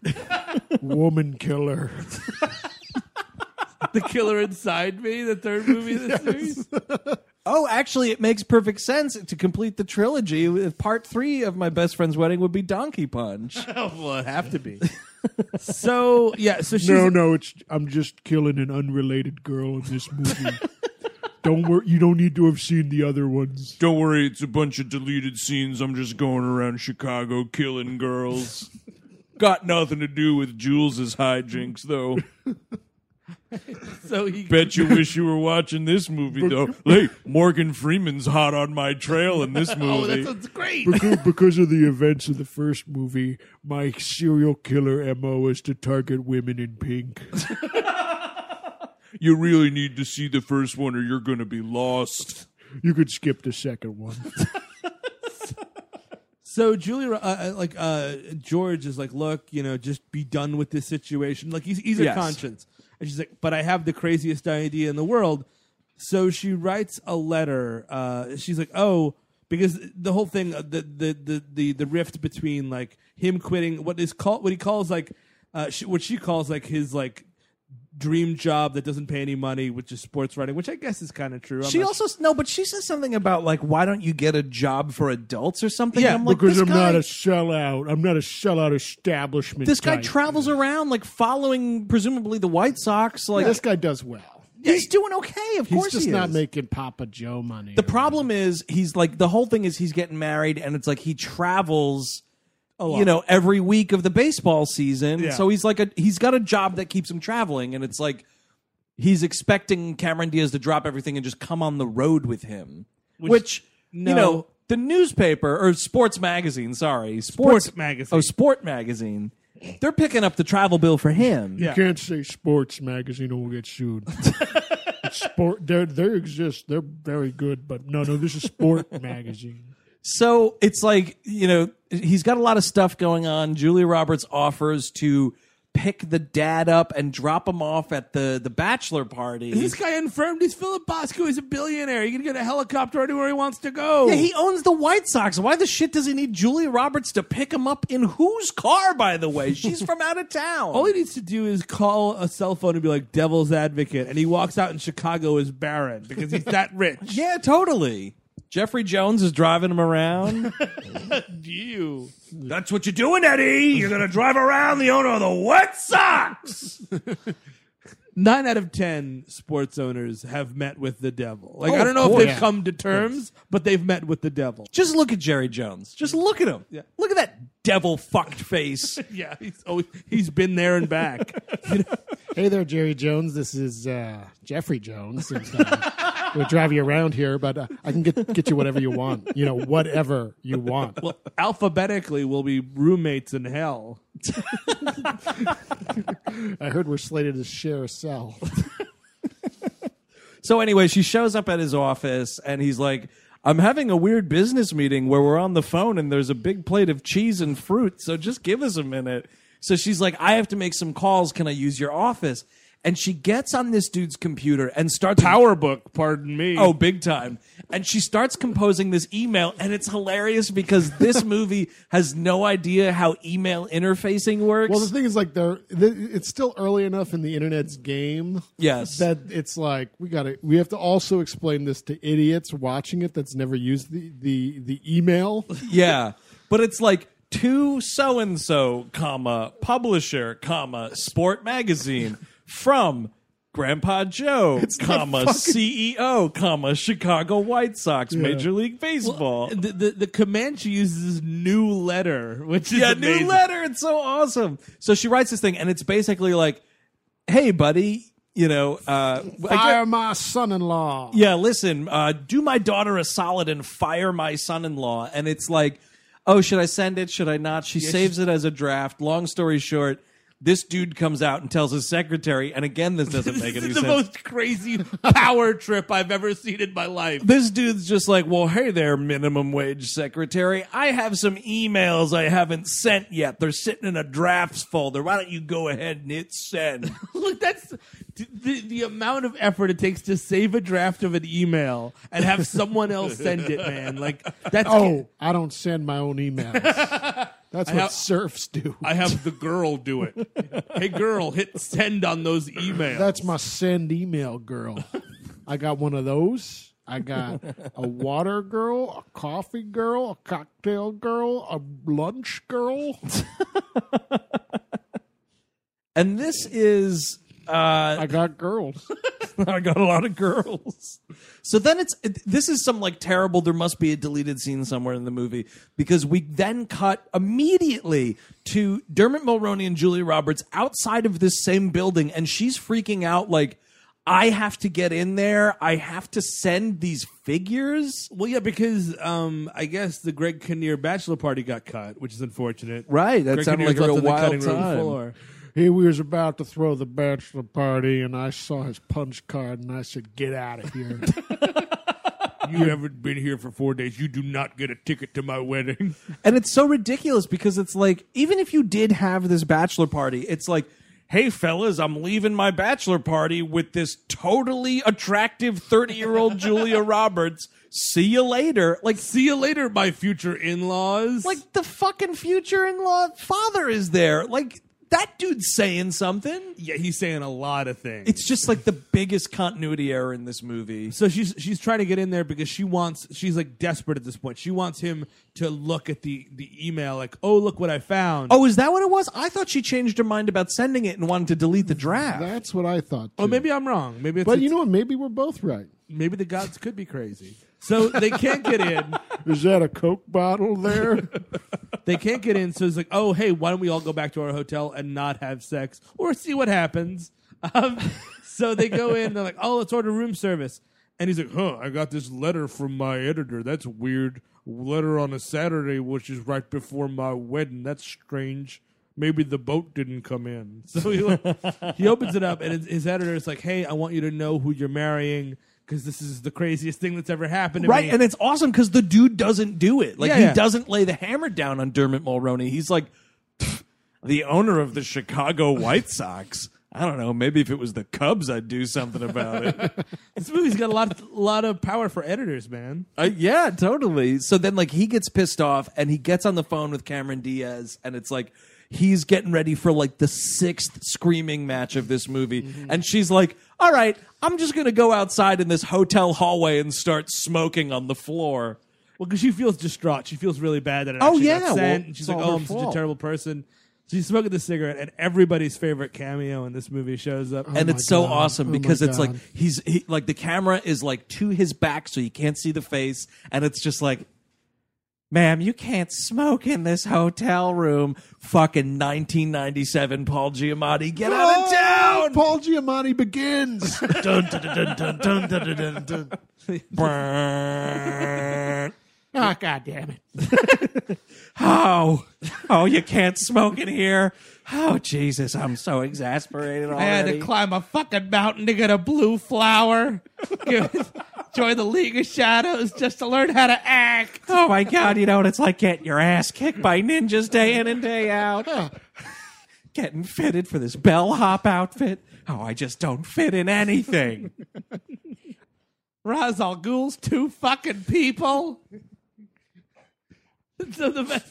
Speaker 4: Woman killer.
Speaker 5: The Killer Inside Me, the third movie of the series.
Speaker 3: Oh, actually, it makes perfect sense to complete the trilogy. If Part three of my best friend's wedding would be Donkey Punch.
Speaker 5: well, it have to be. So yeah, so she's
Speaker 4: No, no, it's I'm just killing an unrelated girl in this movie. don't worry, you don't need to have seen the other ones.
Speaker 7: Don't worry, it's a bunch of deleted scenes. I'm just going around Chicago killing girls. Got nothing to do with Jules' hijinks, though.
Speaker 5: so he
Speaker 7: Bet you wish you were watching this movie, though. Hey, Morgan Freeman's hot on my trail in this
Speaker 5: Oh, that
Speaker 7: movie.
Speaker 5: sounds great.
Speaker 4: Because, because of the events of the first movie, my serial killer MO is to target women in pink.
Speaker 7: you really need to see the first one, or you're going to be lost.
Speaker 4: You could skip the second one.
Speaker 5: So Julia, uh, uh, like uh, George is like, look, you know, just be done with this situation. Like he's he's a
Speaker 3: Yes.
Speaker 5: conscience, and she's like, but I have the craziest idea in the world. So she writes a letter. Uh, she's like, oh, because the whole thing, uh, the the the the, the rift between like him quitting what is called what he calls like uh, she, what she calls like his like dream job that doesn't pay any money, which is sports writing, which I guess is kind of true. I'm
Speaker 3: She
Speaker 5: not
Speaker 3: also no, but she says something about like, why don't you get a job for adults or something?
Speaker 5: Yeah,
Speaker 3: I'm like,
Speaker 4: because
Speaker 3: this
Speaker 4: I'm
Speaker 3: guy,
Speaker 4: not a sellout. I'm not a sellout establishment.
Speaker 3: this guy
Speaker 4: type.
Speaker 3: travels around like following presumably the White Sox. Like
Speaker 4: This guy does well.
Speaker 3: he's doing okay. Of
Speaker 4: He's
Speaker 3: course,
Speaker 4: just
Speaker 3: he
Speaker 4: not
Speaker 3: is.
Speaker 4: making Papa Joe money.
Speaker 3: The problem is he's like the whole thing is he's getting married, and it's like he travels. You know, every week of the baseball season,
Speaker 5: Yeah.
Speaker 3: so he's like a he's got a job that keeps him traveling, and it's like he's expecting Cameron Diaz to drop everything and just come on the road with him, which,
Speaker 5: no.
Speaker 3: you know the newspaper or sports magazine, sorry, sports,
Speaker 5: Sports magazine.
Speaker 3: oh sport magazine, they're picking up the travel bill for him.
Speaker 4: You can't say sports magazine or we'll get sued. It's sport, they they exist. They're very good, but no, no, this is sport magazine.
Speaker 3: So it's like, you know, he's got a lot of stuff going on. Julia Roberts offers to pick the dad up and drop him off at the, the bachelor party.
Speaker 5: Is this guy infirmed? He's Philip Bosco. He's a billionaire. He can get a helicopter anywhere he wants to go.
Speaker 3: yeah, he owns the White Sox. Why the shit does he need Julia Roberts to pick him up in whose car, by the way? She's from out of town.
Speaker 5: All he needs to do is call a cell phone and be like devil's advocate, and he walks out in Chicago as Baron because he's that rich.
Speaker 3: yeah, totally. Jeffrey Jones is driving him around.
Speaker 5: you.
Speaker 7: That's what you're doing, Eddie. You're going to drive around the owner of the White Sox.
Speaker 5: Nine out of ten sports owners have met with the devil. Like
Speaker 3: Oh,
Speaker 5: I don't know
Speaker 3: of
Speaker 5: if they've
Speaker 3: course.
Speaker 5: come to terms, but they've met with the devil.
Speaker 3: Just look at Jerry Jones. Just look at him.
Speaker 5: Yeah.
Speaker 3: Look at that devil fucked face.
Speaker 5: Yeah, he's always, he's been there and back.
Speaker 9: Hey there, Jerry Jones. This is uh, Jeffrey Jones. And, uh, we'll drive you around here, but uh, I can get get you whatever you want. You know, whatever you want.
Speaker 5: well, alphabetically, we'll be roommates in hell.
Speaker 9: I heard we're slated to share a cell.
Speaker 3: So anyway, she shows up at his office and he's like, I'm having a weird business meeting where we're on the phone and there's a big plate of cheese and fruit, so just give us a minute. So she's like, I have to make some calls. Can I use your office? And she gets on this dude's computer and starts
Speaker 7: Power book, pardon me.
Speaker 3: Oh, big time. And she starts composing this email, and it's hilarious because this movie has no idea how email interfacing works.
Speaker 4: Well, the thing is, like, they're, th it's still early enough in the internet's game.
Speaker 3: Yes.
Speaker 4: that it's like we got to we have to also explain this to idiots watching it that's never used the the, the email.
Speaker 3: yeah. But it's like to so and so, comma, publisher, comma, sport magazine from Grandpa Joe, comma, CEO, comma, Chicago White Sox, Major League Baseball.
Speaker 5: The, the, the command she uses is new letter, which is
Speaker 3: yeah,
Speaker 5: amazing.
Speaker 3: new letter. It's so awesome. So she writes this thing, and it's basically like, "Hey, buddy, you know, uh, I
Speaker 4: Fire
Speaker 3: get-
Speaker 4: my son-in-law.
Speaker 3: yeah, listen, uh, do my daughter a solid and fire my son-in-law." And it's like, "Oh, should I send it? Should I not?" She saves it as a draft. Long story short. This dude comes out and tells his secretary, and again, this doesn't make
Speaker 5: This
Speaker 3: any
Speaker 5: is the
Speaker 3: sense.
Speaker 5: most crazy power trip I've ever seen in my life.
Speaker 3: this dude's just like, well, hey there, minimum wage secretary. I have some emails I haven't sent yet. They're sitting in a drafts folder. Why don't you go ahead and hit send?
Speaker 5: Look, that's the, the amount of effort it takes to save a draft of an email and have someone else send it, man. Like that's
Speaker 4: Oh, I don't send my own emails. That's what
Speaker 5: have-
Speaker 4: serfs do.
Speaker 5: I have the girl do it. hey, girl, hit send on those emails.
Speaker 4: That's my send email girl. I got one of those. I got a water girl, a coffee girl, a cocktail girl, a lunch girl.
Speaker 3: And this is, uh,
Speaker 4: I got girls.
Speaker 3: I got a lot of girls. So then it's, it- this is some like terrible, there must be a deleted scene somewhere in the movie because we then cut immediately to Dermot Mulroney and Julia Roberts outside of this same building and she's freaking out like, I have to get in there. I have to send these figures.
Speaker 5: well, yeah, because um, I guess the Greg Kinnear bachelor party got cut, which is unfortunate.
Speaker 3: Right, that
Speaker 5: Greg
Speaker 3: sounded
Speaker 5: Kinnear's
Speaker 3: like a
Speaker 5: left on the
Speaker 3: wild
Speaker 5: cutting room
Speaker 3: time.
Speaker 5: floor.
Speaker 4: He was about to throw the bachelor party, and I saw his punch card, and I said, "Get out of here."
Speaker 7: you haven't been here for four days. You do not get a ticket to my wedding.
Speaker 3: And it's so ridiculous because it's like, even if you did have this bachelor party, it's like, hey, fellas, I'm leaving my bachelor party with this totally attractive 30 year old Julia Roberts. See you later. Like,
Speaker 5: See you later, my future in-laws.
Speaker 3: like the fucking future in law father is there. Like, that dude's saying something.
Speaker 5: yeah, he's saying a lot of things.
Speaker 3: It's just like the biggest continuity error in this movie.
Speaker 5: So she's she's trying to get in there because she wants she's like desperate at this point. She wants him to look at the the email like, "Oh, look what I found."
Speaker 3: Oh, is that what it was? I thought she changed her mind about sending it and wanted to delete the draft.
Speaker 4: That's what I thought.
Speaker 5: Oh, maybe I'm wrong. Maybe it's,
Speaker 4: but you
Speaker 5: it's-
Speaker 4: know what? Maybe we're both right.
Speaker 5: maybe the gods could be crazy. So they can't get in.
Speaker 4: Is that a Coke bottle there?
Speaker 5: They can't get in. So it's like, "Oh, hey, why don't we all go back to our hotel and not have sex or see what happens?" Um, so they go in. They're like, "Oh, let's order room service."
Speaker 7: And he's like, huh, I got this letter from my editor. That's weird. Letter on a Saturday, which is right before my wedding. That's strange. Maybe the boat didn't come in. So
Speaker 5: So he, he opens it up, and his- his editor is like, "Hey, I want you to know who you're marrying because this is the craziest thing that's ever happened." To
Speaker 3: Right,
Speaker 5: me.
Speaker 3: and it's awesome because the dude doesn't do it. Like
Speaker 5: Yeah,
Speaker 3: he
Speaker 5: yeah.
Speaker 3: doesn't lay the hammer down on Dermot Mulroney. He's like "Pfft, the owner of the Chicago White Sox. I don't know. Maybe if it was the Cubs, I'd do something about it.
Speaker 5: this movie's got a lot, of, lot of power for editors, man.
Speaker 3: Uh, yeah, totally. So then, like, he gets pissed off and he gets on the phone with Cameron Diaz, and it's like he's getting ready for like the sixth screaming match of this movie, and she's like, "All right, I'm just gonna go outside in this hotel hallway and start smoking on the floor."
Speaker 5: Well, because she feels distraught. She feels really bad that it
Speaker 3: Oh,
Speaker 5: actually
Speaker 3: yeah,
Speaker 5: got sent.
Speaker 3: well,
Speaker 5: and she's
Speaker 3: it's
Speaker 5: like,
Speaker 3: all her
Speaker 5: "Oh, I'm such
Speaker 3: fault."
Speaker 5: a terrible person." So she's smoking the cigarette, and everybody's favorite cameo in this movie shows up.
Speaker 3: and
Speaker 4: Oh my
Speaker 3: it's so
Speaker 4: God.
Speaker 3: awesome
Speaker 4: Oh
Speaker 3: because
Speaker 4: my
Speaker 3: it's like
Speaker 4: God.
Speaker 3: he's he, like the camera is like to his back so you can't see the face and it's just like ma'am you can't smoke in this hotel room fucking 1997 paul giamatti get out of town
Speaker 4: Paul Giamatti begins.
Speaker 3: Dun, dun, dun, dun, dun, dun, dun, dun, dun,
Speaker 10: "Ah,
Speaker 3: dun.
Speaker 9: Oh, God damn it.
Speaker 3: Oh, oh, you can't smoke in here. Oh, Jesus, I'm so exasperated already.
Speaker 10: I had to climb a fucking mountain to get a blue flower. Give- Join the League of Shadows just to learn how to act.
Speaker 3: oh, my God, you know what it's like getting your ass kicked by ninjas day in and day out. getting fitted for this bellhop outfit. Oh, I just don't fit in anything.
Speaker 10: Ra's al Ghul's two fucking people. So the best,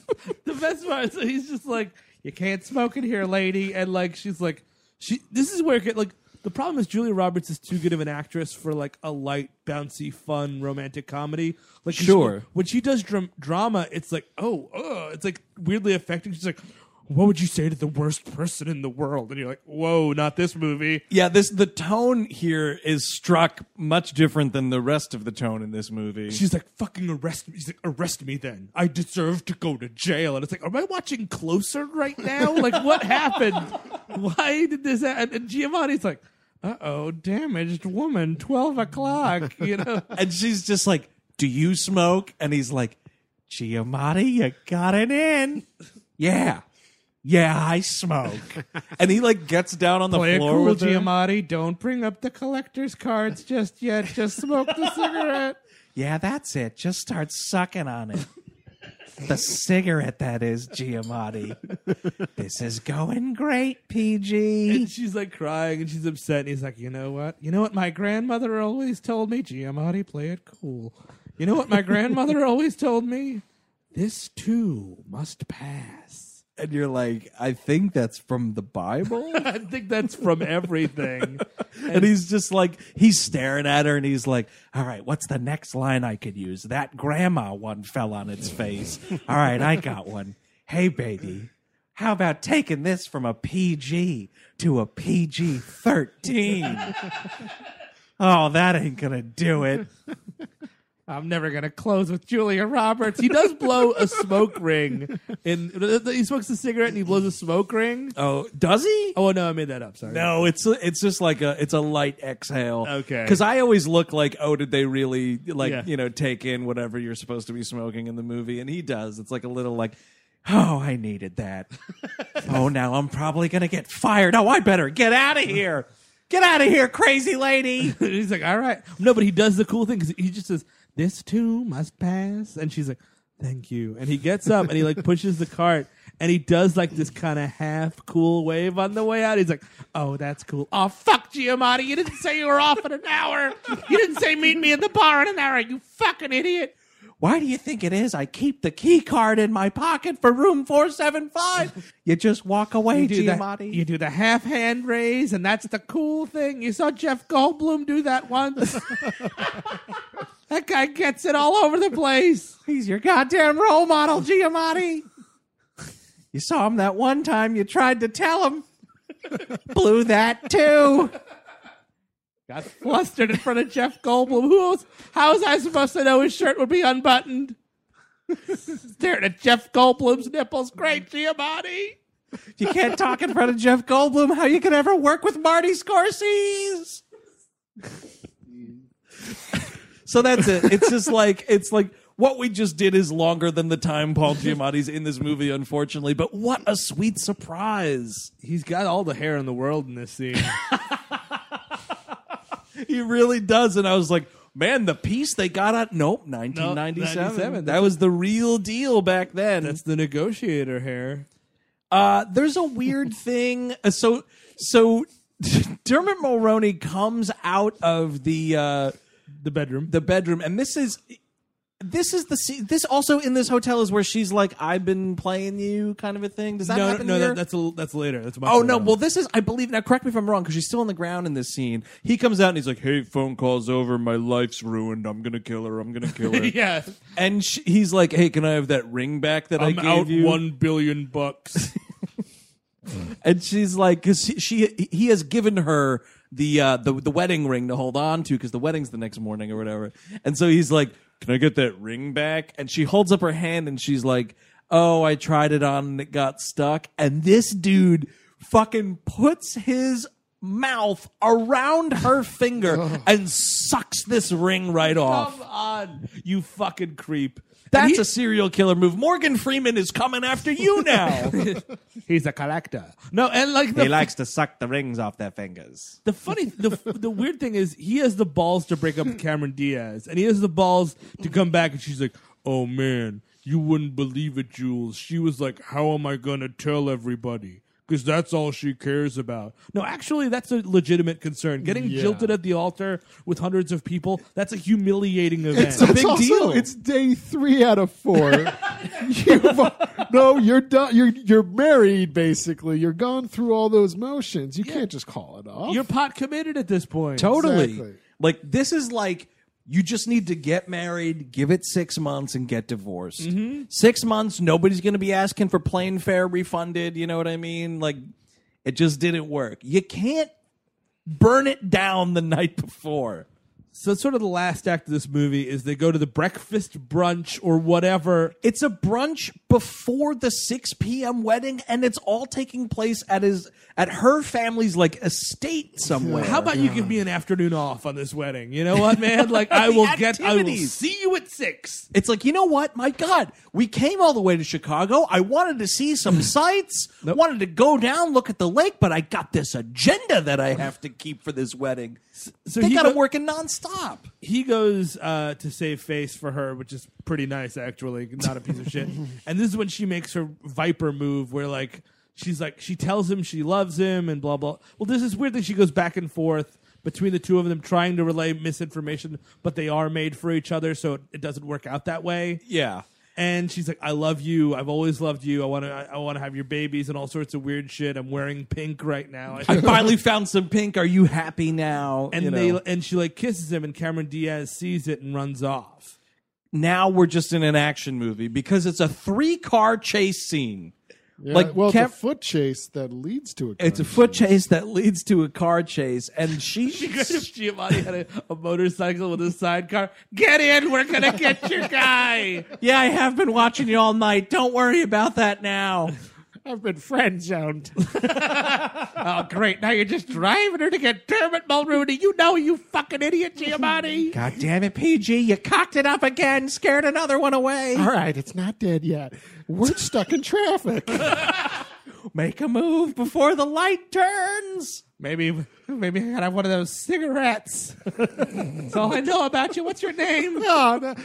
Speaker 10: the best part is he's just like, you can't smoke in here, lady, and like she's like,
Speaker 5: She. This is where it get, like the problem is Julia Roberts is too good of an actress for like a light, bouncy, fun romantic comedy. Like 'cause
Speaker 3: Sure.
Speaker 5: she- when she does dram- drama, it's like oh, uh, it's like weirdly affecting. She's like. What would you say to the worst person in the world? And you're like, whoa, not this movie.
Speaker 3: Yeah, this the tone here is struck much different than the rest of the tone in this movie.
Speaker 5: She's like, fucking arrest me. He's like, arrest me then. I deserve to go to jail. And it's like, am I watching Closer right now? Like, what happened? Why did this happen? And Giamatti's like, uh oh, damaged woman, 12 o'clock, you know?
Speaker 3: and she's just like, "Do you smoke?" And he's like, "Giamatti, you got it in." Yeah, yeah, I smoke. and he like gets down on the
Speaker 10: play it
Speaker 3: floor
Speaker 10: cool,
Speaker 3: with her.
Speaker 10: Giamatti. Don't bring up the collector's cards just yet. Just smoke the cigarette.
Speaker 3: Yeah, that's it. Just start sucking on it. the cigarette that is Giamatti. this is going great, PG.
Speaker 5: And she's like crying and she's upset. And he's like, you know what?
Speaker 10: You know what my grandmother always told me? Giamatti, play it cool. You know what my grandmother always told me? This too must pass.
Speaker 3: And you're like, I think that's from the Bible.
Speaker 5: I think that's from everything.
Speaker 3: and he's just like he's staring at her and he's like all right what's the next line i could use that grandma one fell on its face all right i got one hey baby how about taking this from a pg to a pg 13 oh that ain't gonna do it
Speaker 10: I'm never gonna close with Julia Roberts.
Speaker 5: he does blow a smoke ring. In, he smokes a cigarette and he blows a smoke ring.
Speaker 3: oh does he
Speaker 5: Oh, no, I made that up. Sorry.
Speaker 3: No, it's it's just like a it's a light exhale.
Speaker 5: Okay.
Speaker 3: Because I always look like, oh, did they really like
Speaker 5: Yeah.
Speaker 3: you know take in whatever you're supposed to be smoking in the movie? And he does. It's like a little like, oh, I needed that. oh, now I'm probably gonna get fired. Oh, I better get out of here. Get out of here, crazy lady.
Speaker 5: he's like, all right. No, but he does the cool thing because he just says, this too must pass. And she's like, thank you. And he gets up and he like pushes the cart and he does like this kind of half cool wave on the way out. He's like, oh, that's cool.
Speaker 10: Oh fuck, Giamatti! You didn't say you were off in an hour. You didn't say meet me at the bar in an hour. You fucking idiot!
Speaker 3: Why do you think it is? I keep the key card in my pocket for room four seven five. You just walk away,
Speaker 10: You do, the,
Speaker 3: Giamatti.
Speaker 10: you do the half hand raise, and that's the cool thing. You saw Jeff Goldblum do that once. that guy gets it all over the place.
Speaker 3: He's your goddamn role model, Giamatti. you saw him that one time you tried to tell him. Blew that too.
Speaker 10: Got flustered in front of Jeff Goldblum. Who else? How was I supposed to know his shirt would be unbuttoned? Staring at Jeff Goldblum's nipples. Great, Giamatti.
Speaker 3: If you can't talk in front of Jeff Goldblum, how you could ever work with Marty Scorsese? so that's it. It's just like it's like what we just did is longer than the time Paul Giamatti's in this movie, unfortunately. But what a sweet surprise!
Speaker 5: He's got all the hair in the world in this scene.
Speaker 3: He really does. And I was like, man, the piece they got on. Nope, 1997.
Speaker 5: 97.
Speaker 3: That was the real deal back then.
Speaker 5: That's the negotiator hair.
Speaker 3: Uh, there's a weird thing. Uh, So, so Dermot Mulroney comes out of the uh,
Speaker 5: The bedroom.
Speaker 3: the bedroom, and this is this is the se- this also in this hotel is where she's like, "I've been playing you," kind of a thing. Does that
Speaker 5: no, no,
Speaker 3: happen?
Speaker 5: no
Speaker 3: here?
Speaker 5: that, that's a, that's later. That's
Speaker 3: Oh no! Well, this is I believe now. Correct me if I'm wrong, because she's still on the ground in this scene. He comes out and he's like,
Speaker 7: Hey, phone call's over. My life's ruined. I'm gonna kill her. I'm gonna kill her.
Speaker 5: yeah.
Speaker 3: and she, he's like, "Hey, can I have that ring back that I
Speaker 7: I'm
Speaker 3: gave
Speaker 7: out
Speaker 3: you?"
Speaker 7: one billion bucks.
Speaker 3: and she's like, because she, she he has given her the uh, the the wedding ring to hold on to because the wedding's the next morning or whatever. And so he's like, "Can I get that ring back?" And she holds up her hand and she's like, "Oh, I tried it on and it got stuck." And this dude fucking puts his mouth around her finger and sucks this ring right off.
Speaker 5: Come on, you fucking creep.
Speaker 1: That's a serial killer move. Morgan Freeman is coming after you now.
Speaker 5: He's a collector. No, and like the
Speaker 3: He likes to suck the rings off their fingers.
Speaker 5: The funny, the the weird thing is, he has the balls to break up with Cameron Diaz, and he has the balls to come back, and she's like, "Oh man, you wouldn't believe it, Jules." She was like, "How am I gonna tell everybody?" Because that's all she cares about. No, actually, that's a legitimate concern. Getting jilted at the altar with hundreds of people—that's a humiliating event.
Speaker 4: It's also- It's day three out of four. You've, no, you're done. You're you're married. Basically, you're gone through all those motions. You can't just call it off.
Speaker 5: You're pot committed at this point.
Speaker 3: Totally.
Speaker 4: Exactly.
Speaker 3: Like this is like you just need to get married, give it six months, and get divorced.
Speaker 5: Mm-hmm.
Speaker 3: Six months, nobody's going to be asking for plane fare refunded. You know what I mean? Like it just didn't work. You can't burn it down the night before.
Speaker 5: So, sort of the last act of this movie is they go to the breakfast brunch or whatever
Speaker 3: It's a brunch before the 6 p.m. wedding, and it's all taking place at his at her family's like estate somewhere.
Speaker 5: How about you give me an afternoon off on this wedding? You know what, man? Like I
Speaker 3: The
Speaker 5: will get I will
Speaker 3: activities.
Speaker 5: see you at six.
Speaker 3: It's like, you know what? My God, we came all the way to Chicago. I wanted to see some sights, wanted to go down, look at the lake, but I got this agenda that I have to keep for this wedding.
Speaker 5: so
Speaker 3: they
Speaker 5: he
Speaker 3: got to
Speaker 5: go-
Speaker 3: work in nonstop.
Speaker 5: He goes uh, to save face for her, which is pretty nice actually, not a piece of shit. And this is when she makes her viper move where like she's like she tells him she loves him and blah blah. Well, this is weird that she goes back and forth between the two of them trying to relay misinformation, but they are made for each other, so it, it doesn't work out that way.
Speaker 3: Yeah.
Speaker 5: and she's like, "I love you. I've always loved you. I want to. I, I want to have your babies and all sorts of weird shit. I'm wearing pink right now."
Speaker 3: I finally found some pink. Are you happy now?
Speaker 5: and
Speaker 3: You
Speaker 5: they
Speaker 3: know.
Speaker 5: and she like kisses him, and Cameron Diaz sees it and runs off.
Speaker 3: now we're just in an action movie because it's a three car chase scene.
Speaker 4: Yeah,
Speaker 3: like
Speaker 4: well,
Speaker 3: Kev-
Speaker 4: it's a foot chase that leads to a.
Speaker 3: It's a
Speaker 4: crime
Speaker 3: foot
Speaker 4: scene.
Speaker 3: chase that leads to a car chase, and she,
Speaker 5: Good if Giamatti had a, a motorcycle with a sidecar. Get in, we're gonna get your guy.
Speaker 3: yeah, I have been watching you all night. Don't worry about that now.
Speaker 9: I've been friend zoned.
Speaker 5: oh, great! Now you're just driving her to get Dermot Mulrooney. You know, you fucking idiot, Giamatti.
Speaker 3: God damn it, PG, you cocked it up again, scared another one away.
Speaker 9: All right, it's not dead yet.
Speaker 4: We're stuck in traffic.
Speaker 3: Make a move before the light turns.
Speaker 5: Maybe, maybe I gotta have one of those cigarettes. That's all I know about you. What's your name?
Speaker 9: No, no.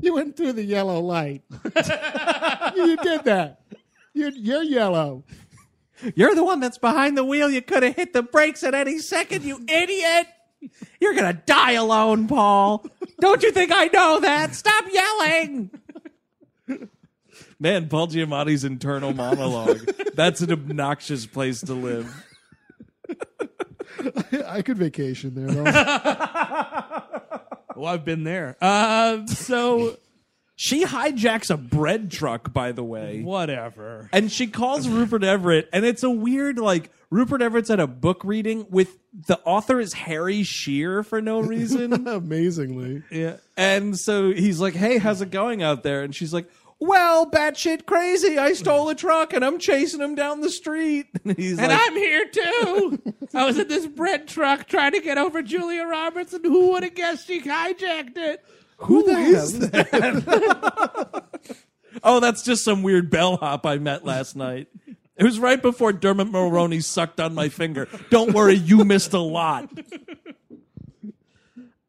Speaker 9: You went through the yellow light. you did that. You're, you're yellow.
Speaker 3: You're the one that's behind the wheel. You could have hit the brakes at any second, you idiot. You're gonna die alone, Paul. Don't you think I know that? Stop yelling. Man, Paul Giamatti's internal monologue. That's an obnoxious place to live.
Speaker 4: I could vacation there. Though.
Speaker 5: Well, I've been there. Um, so
Speaker 3: She hijacks a bread truck, by the way.
Speaker 5: whatever.
Speaker 3: and she calls Rupert Everett, and it's a weird like Rupert Everett's at a book reading with the author is Harry Shearer for no reason,
Speaker 4: Amazingly,
Speaker 5: Yeah.
Speaker 3: and so he's like, "Hey, how's it going out there?" And she's like, "Well, batshit crazy. I stole a truck and I'm chasing him down the street." And he's
Speaker 5: And
Speaker 3: like,
Speaker 5: I'm here too. I was in this bread truck trying to get over Julia Roberts, and who would have guessed she hijacked it?
Speaker 4: who the hell is that?
Speaker 3: "Oh, that's just some weird bellhop I met last night." It was right before Dermot Mulroney sucked on my finger. Don't worry, you missed a lot.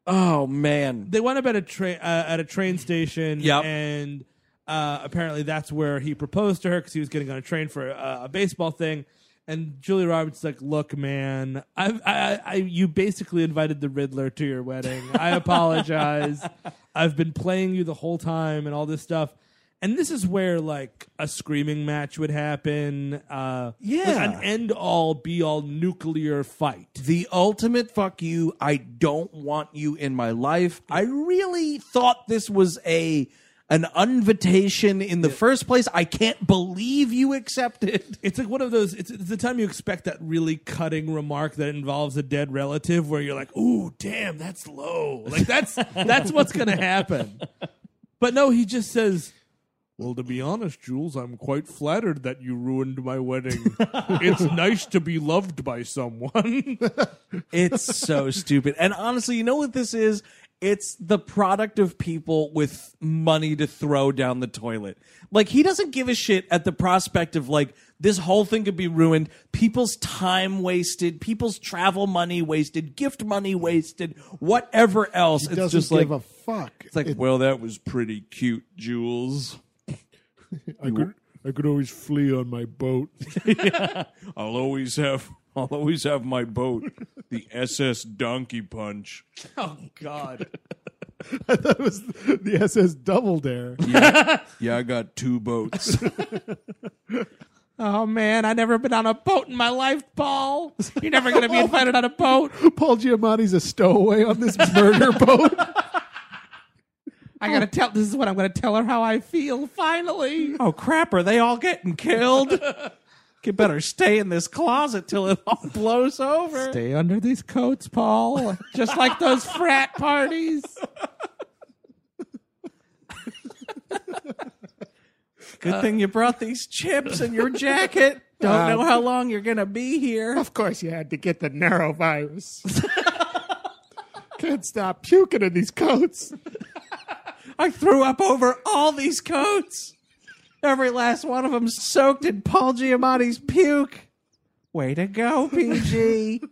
Speaker 3: Oh man.
Speaker 5: They went up at a train uh, at a train station,
Speaker 3: Yep.
Speaker 5: and uh, apparently that's where he proposed to her because he was getting on a train for uh, a baseball thing. And Julia Roberts is like, "Look, man, I've, I, I, I, you basically invited the Riddler to your wedding. I apologize. I've been playing you the whole time and all this stuff." And this is where like a screaming match would happen. Uh, like,
Speaker 3: Yeah.
Speaker 5: an end all, be all nuclear fight.
Speaker 3: the ultimate fuck you. I don't want you in my life. I really thought this was a an invitation in the first place. I can't believe you accepted.
Speaker 5: It's like one of those. It's, it's the time you expect that really cutting remark that involves a dead relative, where you're like, "Ooh, damn, that's low." Like that's that's what's gonna happen. But no, he just says,
Speaker 7: Well, to be honest, Jules, I'm quite flattered that you ruined my wedding. it's nice to be loved by someone.
Speaker 3: It's so stupid. And honestly, you know what this is? It's the product of people with money to throw down the toilet. Like he doesn't give a shit at the prospect of like this whole thing could be ruined, people's time wasted, people's travel money wasted, gift money wasted, whatever else.
Speaker 4: He
Speaker 3: it's
Speaker 4: doesn't
Speaker 3: just like
Speaker 4: give a fuck.
Speaker 3: it's like
Speaker 7: Well, that was pretty cute, Jules.
Speaker 4: I could, I could always flee on my boat.
Speaker 7: I'll always have I'll always have my boat, the SS Donkey Punch.
Speaker 4: that was the SS Double Dare.
Speaker 7: Yeah, I got two boats.
Speaker 10: Oh man, I never been on a boat in my life, Paul. You're never gonna be invited on a boat.
Speaker 4: Paul Giamatti's a stowaway on this murder boat.
Speaker 10: I gotta tell. This is what I'm gonna tell her how I feel. Finally,
Speaker 3: Oh crap, are they all getting killed? Could better stay in this closet till it all blows over.
Speaker 10: stay under these coats, Paul. Just like those frat parties.
Speaker 3: Good thing you brought these chips and your jacket. Don't know how long you're gonna be here.
Speaker 9: Of course, you had to get the neurovirus. Can't stop puking in these coats.
Speaker 3: I threw up over all these coats. Every last one of them soaked in Paul Giamatti's puke. Way to go, PG.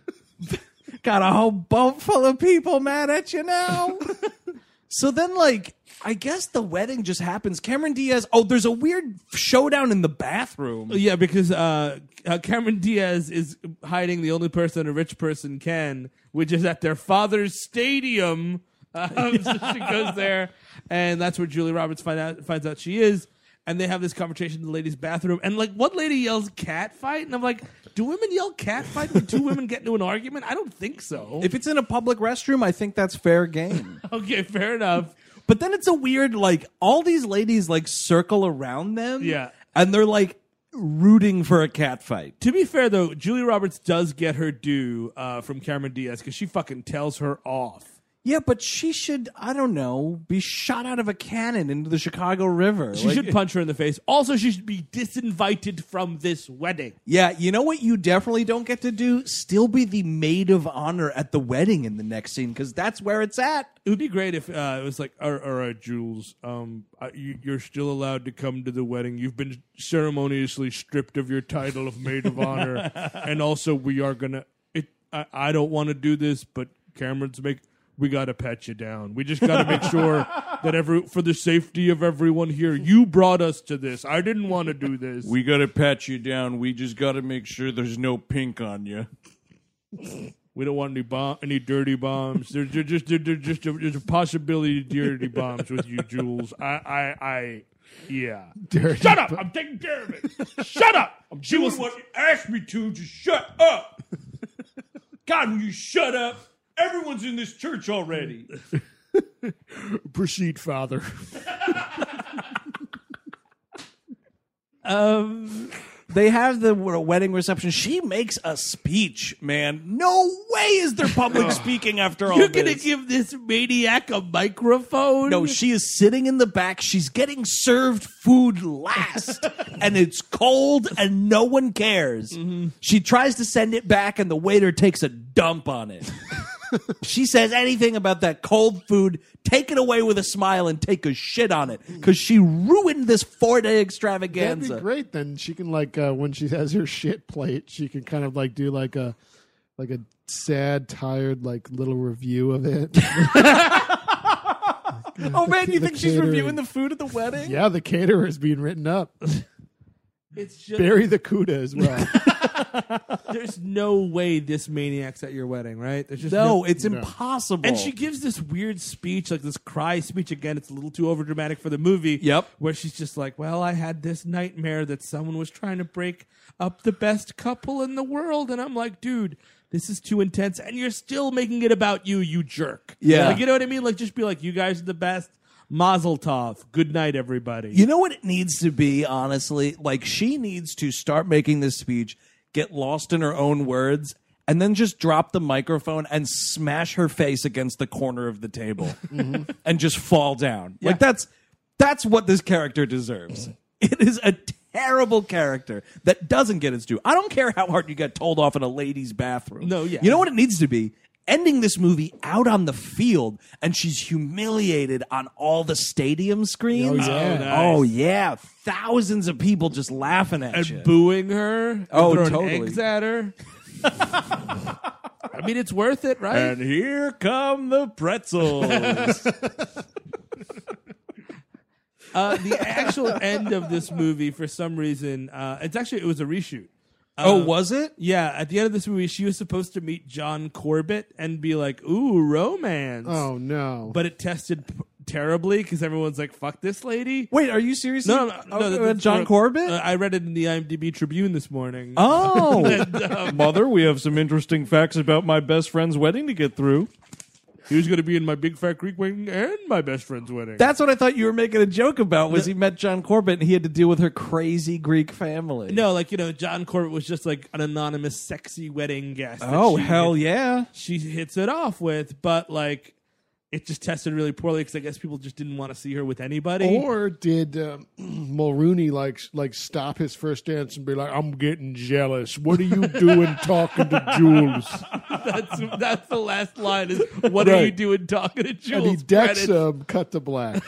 Speaker 3: Got a whole boat full of people mad at you now. so then, like, I guess the wedding just happens. Cameron Diaz. Oh, there's a weird showdown in the bathroom.
Speaker 5: Yeah, because uh, uh, Cameron Diaz is hiding the only person a rich person can, which is at their father's stadium. Um, so she goes there, and that's where Julie Roberts find out, finds out she is. And they have this conversation in the ladies' bathroom, and like one lady yells "cat fight," and I'm like, "Do women yell "cat fight" when two women get into an argument? I don't think so."
Speaker 3: If it's in a public restroom, I think that's fair game.
Speaker 5: okay, fair enough.
Speaker 3: But then it's a weird like all these ladies like circle around them.
Speaker 5: Yeah.
Speaker 3: And they're like rooting for a cat fight.
Speaker 5: To be fair, though, Julie Roberts does get her due uh, from Cameron Diaz because she fucking tells her off.
Speaker 3: Yeah, but she should, I don't know, be shot out of a cannon into the Chicago River.
Speaker 5: She
Speaker 3: Like-
Speaker 5: should punch her in the face. Also, she should be disinvited from this wedding.
Speaker 3: Yeah, you know what you definitely don't get to do? Still be the maid of honor at the wedding in the next scene because that's where it's at.
Speaker 5: It would be great if uh, it was like, all all right, Jules, um, I- you, you're still allowed to come to the wedding. You've been ceremoniously stripped of your title of maid of honor, and also we are gonna. It, I, I don't want to do this, but Cameron's make. We gotta pat you down. We just gotta make sure that every for the safety of everyone here. You brought us to this. I didn't want to do this.
Speaker 7: we gotta pat you down. We just gotta make sure there's no pink on you.
Speaker 5: We don't want any bomb, any dirty bombs. There's there just there, there's just a, there's a possibility of dirty bombs with you, Jules. I I I. Yeah. shut up! I'm taking care of it. Shut up! I'm doing what you asked me to. Just shut up. God, will you shut up? Everyone's in this church already.
Speaker 4: Proceed, father.
Speaker 3: Um, they have the w- wedding reception. She makes a speech, man. No way is there public speaking after all
Speaker 5: You're
Speaker 3: this.
Speaker 5: gonna give this maniac a microphone?
Speaker 3: No, she is sitting in the back. She's getting served food last, and it's cold, and no one cares. She tries to send it back, and the waiter takes a dump on it. she says anything about that cold food, take it away with a smile and take a shit on it because she ruined this four day
Speaker 4: That'd be
Speaker 3: extravaganza.
Speaker 4: great. Then she can like uh, when she has her shit plate, she can kind of like do like a like a sad, tired, like little review of it.
Speaker 3: Oh man, you
Speaker 4: The
Speaker 3: think she's
Speaker 4: catering.
Speaker 3: reviewing the food at the wedding?
Speaker 4: yeah, the caterer is being written up.
Speaker 5: It's just
Speaker 4: Bury the cuda as well.
Speaker 5: there's no way this maniac's at your wedding, right? There's just Oh.
Speaker 3: No, it's impossible.
Speaker 5: And she gives this weird speech, like this cry speech. Again, it's a little too overdramatic for the movie.
Speaker 3: Yep.
Speaker 5: Where she's just like, "Well, I had this nightmare that someone was trying to break up the best couple in the world," and I'm like, "Dude, this is too intense." And you're still making it about you, you jerk.
Speaker 3: Yeah.
Speaker 5: Like, you know what I mean? Like, just be like, "You guys are the best." Mazel tov. Good night, everybody.
Speaker 3: You know what it needs to be, honestly? Like, she needs to start making this speech, get lost in her own words, and then just drop the microphone and smash her face against the corner of the table and just fall down. Like, that's that's what this character deserves. It is a terrible character that doesn't get its due. I don't care how hard you got told off in a lady's bathroom.
Speaker 5: No, yeah.
Speaker 3: You know what it needs to be? ending this movie out on the field, and she's humiliated on all the stadium screens.
Speaker 9: Oh, yeah. Oh,
Speaker 7: nice.
Speaker 3: Oh, yeah. Thousands of people just laughing at you.
Speaker 7: and booing her. and
Speaker 3: Oh,
Speaker 7: throwing
Speaker 3: totally.
Speaker 7: Eggs at her.
Speaker 5: I mean, it's worth it, right?
Speaker 7: And here come the pretzels.
Speaker 5: Uh, the actual end of this movie, for some reason, uh, it's actually it was a reshoot.
Speaker 3: oh, was it?
Speaker 5: Yeah, at the end of this movie, she was supposed to meet John Corbett and be like, "Ooh, romance."
Speaker 4: Oh no!
Speaker 5: but it tested p- terribly because everyone's like, "Fuck this lady."
Speaker 3: Wait, are you serious?
Speaker 5: No, no, no, no,
Speaker 3: Oh,
Speaker 5: that's-
Speaker 3: John Corbett?
Speaker 5: Uh, I read it in the IMDb Tribune this morning. um,
Speaker 3: oh.
Speaker 7: Mother, we have some interesting facts about my best friend's wedding to get through.
Speaker 5: He was going to be in my Big Fat Greek wedding and my best friend's wedding.
Speaker 3: That's what I thought you were making a joke about. Was he met John Corbett and he had to deal with her crazy Greek family?
Speaker 5: no, like you know, John Corbett was just like an anonymous, sexy wedding guest. that
Speaker 3: Oh
Speaker 5: she
Speaker 3: hell
Speaker 5: hit-
Speaker 3: yeah!
Speaker 5: She hits it off with, but like, it just tested really poorly because I guess people just didn't want to see her with anybody.
Speaker 4: or did um, Mulrooney like like stop his first dance and be like, "I'm getting jealous. What are you doing talking to Jules?"
Speaker 5: that's that's the last line. Is what are
Speaker 4: Right.
Speaker 5: you doing talking to Jules?
Speaker 4: And he decks
Speaker 5: Credits.
Speaker 4: him. Cut to black.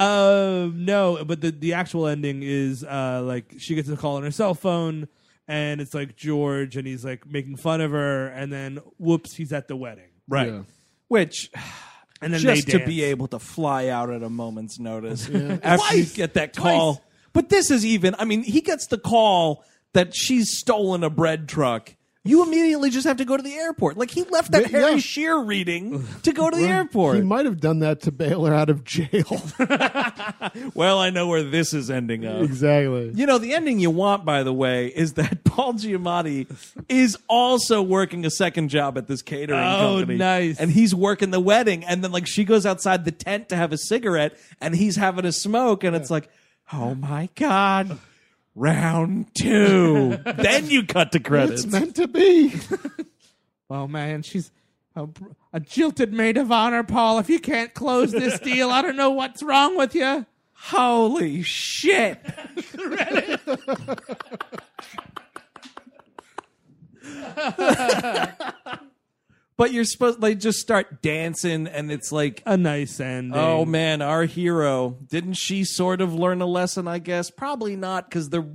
Speaker 5: Um, no, but the the actual ending is uh like she gets a call on her cell phone, and it's like George, and he's like making fun of her, and then whoops, he's at the wedding,
Speaker 3: Right, which
Speaker 5: and then
Speaker 3: just
Speaker 5: they
Speaker 3: to
Speaker 5: dance.
Speaker 3: be able to fly out at a moment's notice after you get that call.
Speaker 5: Twice.
Speaker 3: But this is even. I mean, he gets the call that she's stolen a bread truck. You immediately just have to go to the airport. Like he left that
Speaker 4: Yeah.
Speaker 3: Harry Shearer reading to go to the airport.
Speaker 4: He might have done that to bail her out of jail.
Speaker 3: well, I know where this is ending up.
Speaker 4: exactly.
Speaker 3: You know, the ending you want, by the way, is that Paul Giamatti is also working a second job at this catering
Speaker 5: Oh,
Speaker 3: company.
Speaker 5: nice.
Speaker 3: And he's working the wedding, and then like she goes outside the tent to have a cigarette, and he's having a smoke, and it's like, oh my god, round two. then you cut to credits.
Speaker 4: It's meant to be.
Speaker 5: Oh man, she's a, br- a jilted maid of honor, Paul. If you can't close this deal, I don't know what's wrong with you.
Speaker 3: Holy shit! but you're supposed like just start dancing, and it's like
Speaker 5: A nice ending.
Speaker 3: Oh man, our hero. Didn't she sort of learn a lesson, I guess? Probably not cuz there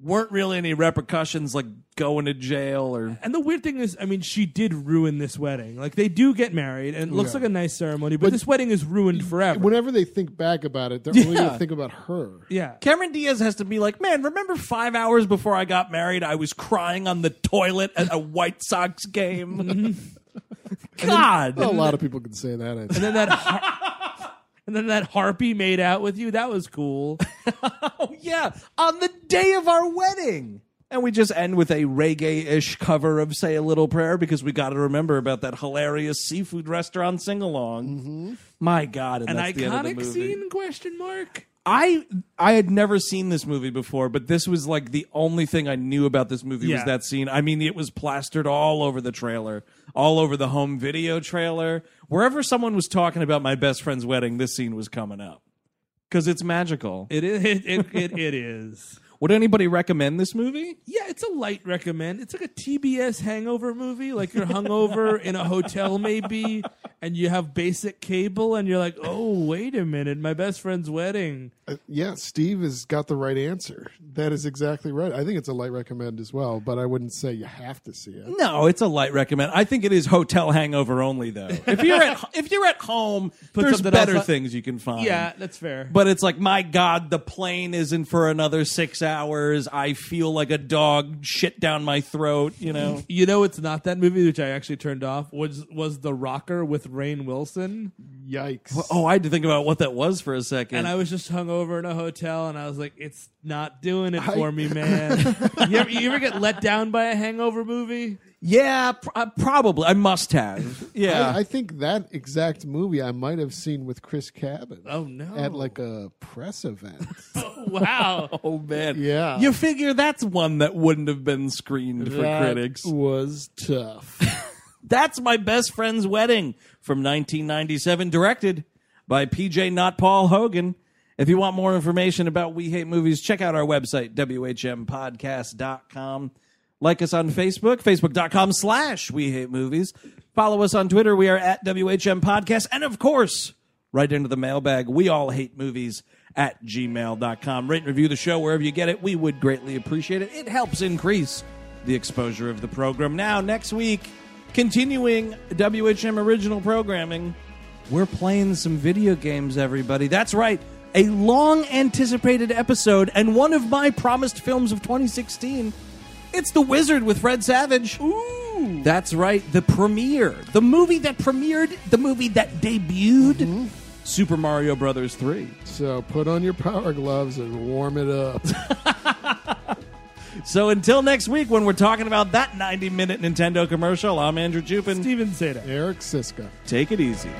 Speaker 3: weren't really any repercussions like going to jail or
Speaker 5: And the weird thing is, I mean, she did ruin this wedding. Like they do get married, and it looks
Speaker 4: Yeah.
Speaker 5: like a nice ceremony, but, this wedding is ruined forever.
Speaker 4: Whenever they think back about it, they're only going to think about her.
Speaker 5: yeah.
Speaker 3: Cameron Diaz has to be like, "Man, remember 5 hours before I got married, I was crying on the toilet at a White Sox game." God.
Speaker 5: Oh,
Speaker 4: A lot of people can say that. I think.
Speaker 5: And then that har- and then that harpy made out with you. That was cool.
Speaker 3: Oh yeah, on the day of our wedding. And we just end with a reggae-ish cover of "Say a Little Prayer" because we got to remember about that hilarious seafood restaurant sing-along. My God, and
Speaker 5: Mm-hmm. An
Speaker 3: that's the end of the
Speaker 5: iconic
Speaker 3: movie.
Speaker 5: scene? Question mark.
Speaker 3: I I had never seen this movie before, but this was like the only thing I knew about this movie was
Speaker 5: Yeah.
Speaker 3: that scene. I mean, it was plastered all over the trailer, all over the home video trailer. Wherever someone was talking about my best friend's wedding, this scene was coming up because it's magical.
Speaker 5: It is. It, it, it, it is.
Speaker 3: Would anybody recommend this movie?
Speaker 5: Yeah, it's a light recommend. It's like a TBS hangover movie. Like you're hungover in a hotel, maybe, and you have basic cable, and you're like, "Oh, wait a minute, my best friend's wedding."
Speaker 4: Yeah, Steve has got the right answer. That is exactly right. I think it's a light recommend as well, but I wouldn't say you have to see it.
Speaker 3: No, it's a light recommend. I think it is hotel hangover only though. If you're at if you're at home, there's
Speaker 5: something
Speaker 3: better
Speaker 5: else on-
Speaker 3: things you can find.
Speaker 5: Yeah, that's fair.
Speaker 3: But it's like, my God, the plane isn't for another six hours. I feel like a dog shit down my throat, you know?
Speaker 5: you know, it's not that movie, which I actually turned off. Was was the Rocker with Rain Wilson?
Speaker 4: Yikes!
Speaker 3: oh, I had to think about what that was for a second.
Speaker 5: and I was just hung over in a hotel, and I was like, "It's not doing it for me, man." you, ever, you ever get let down by a hangover movie?
Speaker 3: yeah, pr- uh, probably. I must have. Yeah.
Speaker 4: I, I think that exact movie I might have seen with Chris Cabin.
Speaker 5: Oh, no.
Speaker 4: At like a press event.
Speaker 5: Wow,
Speaker 3: oh, man.
Speaker 4: Yeah.
Speaker 3: You figure that's one that wouldn't have been screened for
Speaker 4: That
Speaker 3: critics.
Speaker 4: was tough.
Speaker 3: That's My Best Friend's Wedding from 1997, directed by PJ Not Paul Hogan. If you want more information about We Hate Movies, check out our website, WHMPodcast.com. Like us on Facebook, facebook.com slash we hate movies. Follow us on Twitter. We are at WHM Podcast. And of course, right into the mailbag, we all hate movies at gmail.com. Rate and review the show wherever you get it. We would greatly appreciate it. It helps increase the exposure of the program. Now, next week, continuing WHM original programming, we're playing some video games, everybody. That's right. A long anticipated episode and one of my promised films of 2016. It's The Wizard with Fred Savage. Ooh. That's right. The premiere. The movie that premiered, the movie that debuted Mm-hmm. Super Mario Brothers 3.
Speaker 4: So put on your power gloves and warm it up.
Speaker 3: So until next week when we're talking about that 90 minute Nintendo commercial, I'm Andrew Jupin.
Speaker 5: Steven Seda.
Speaker 4: Eric Siska.
Speaker 3: Take it easy.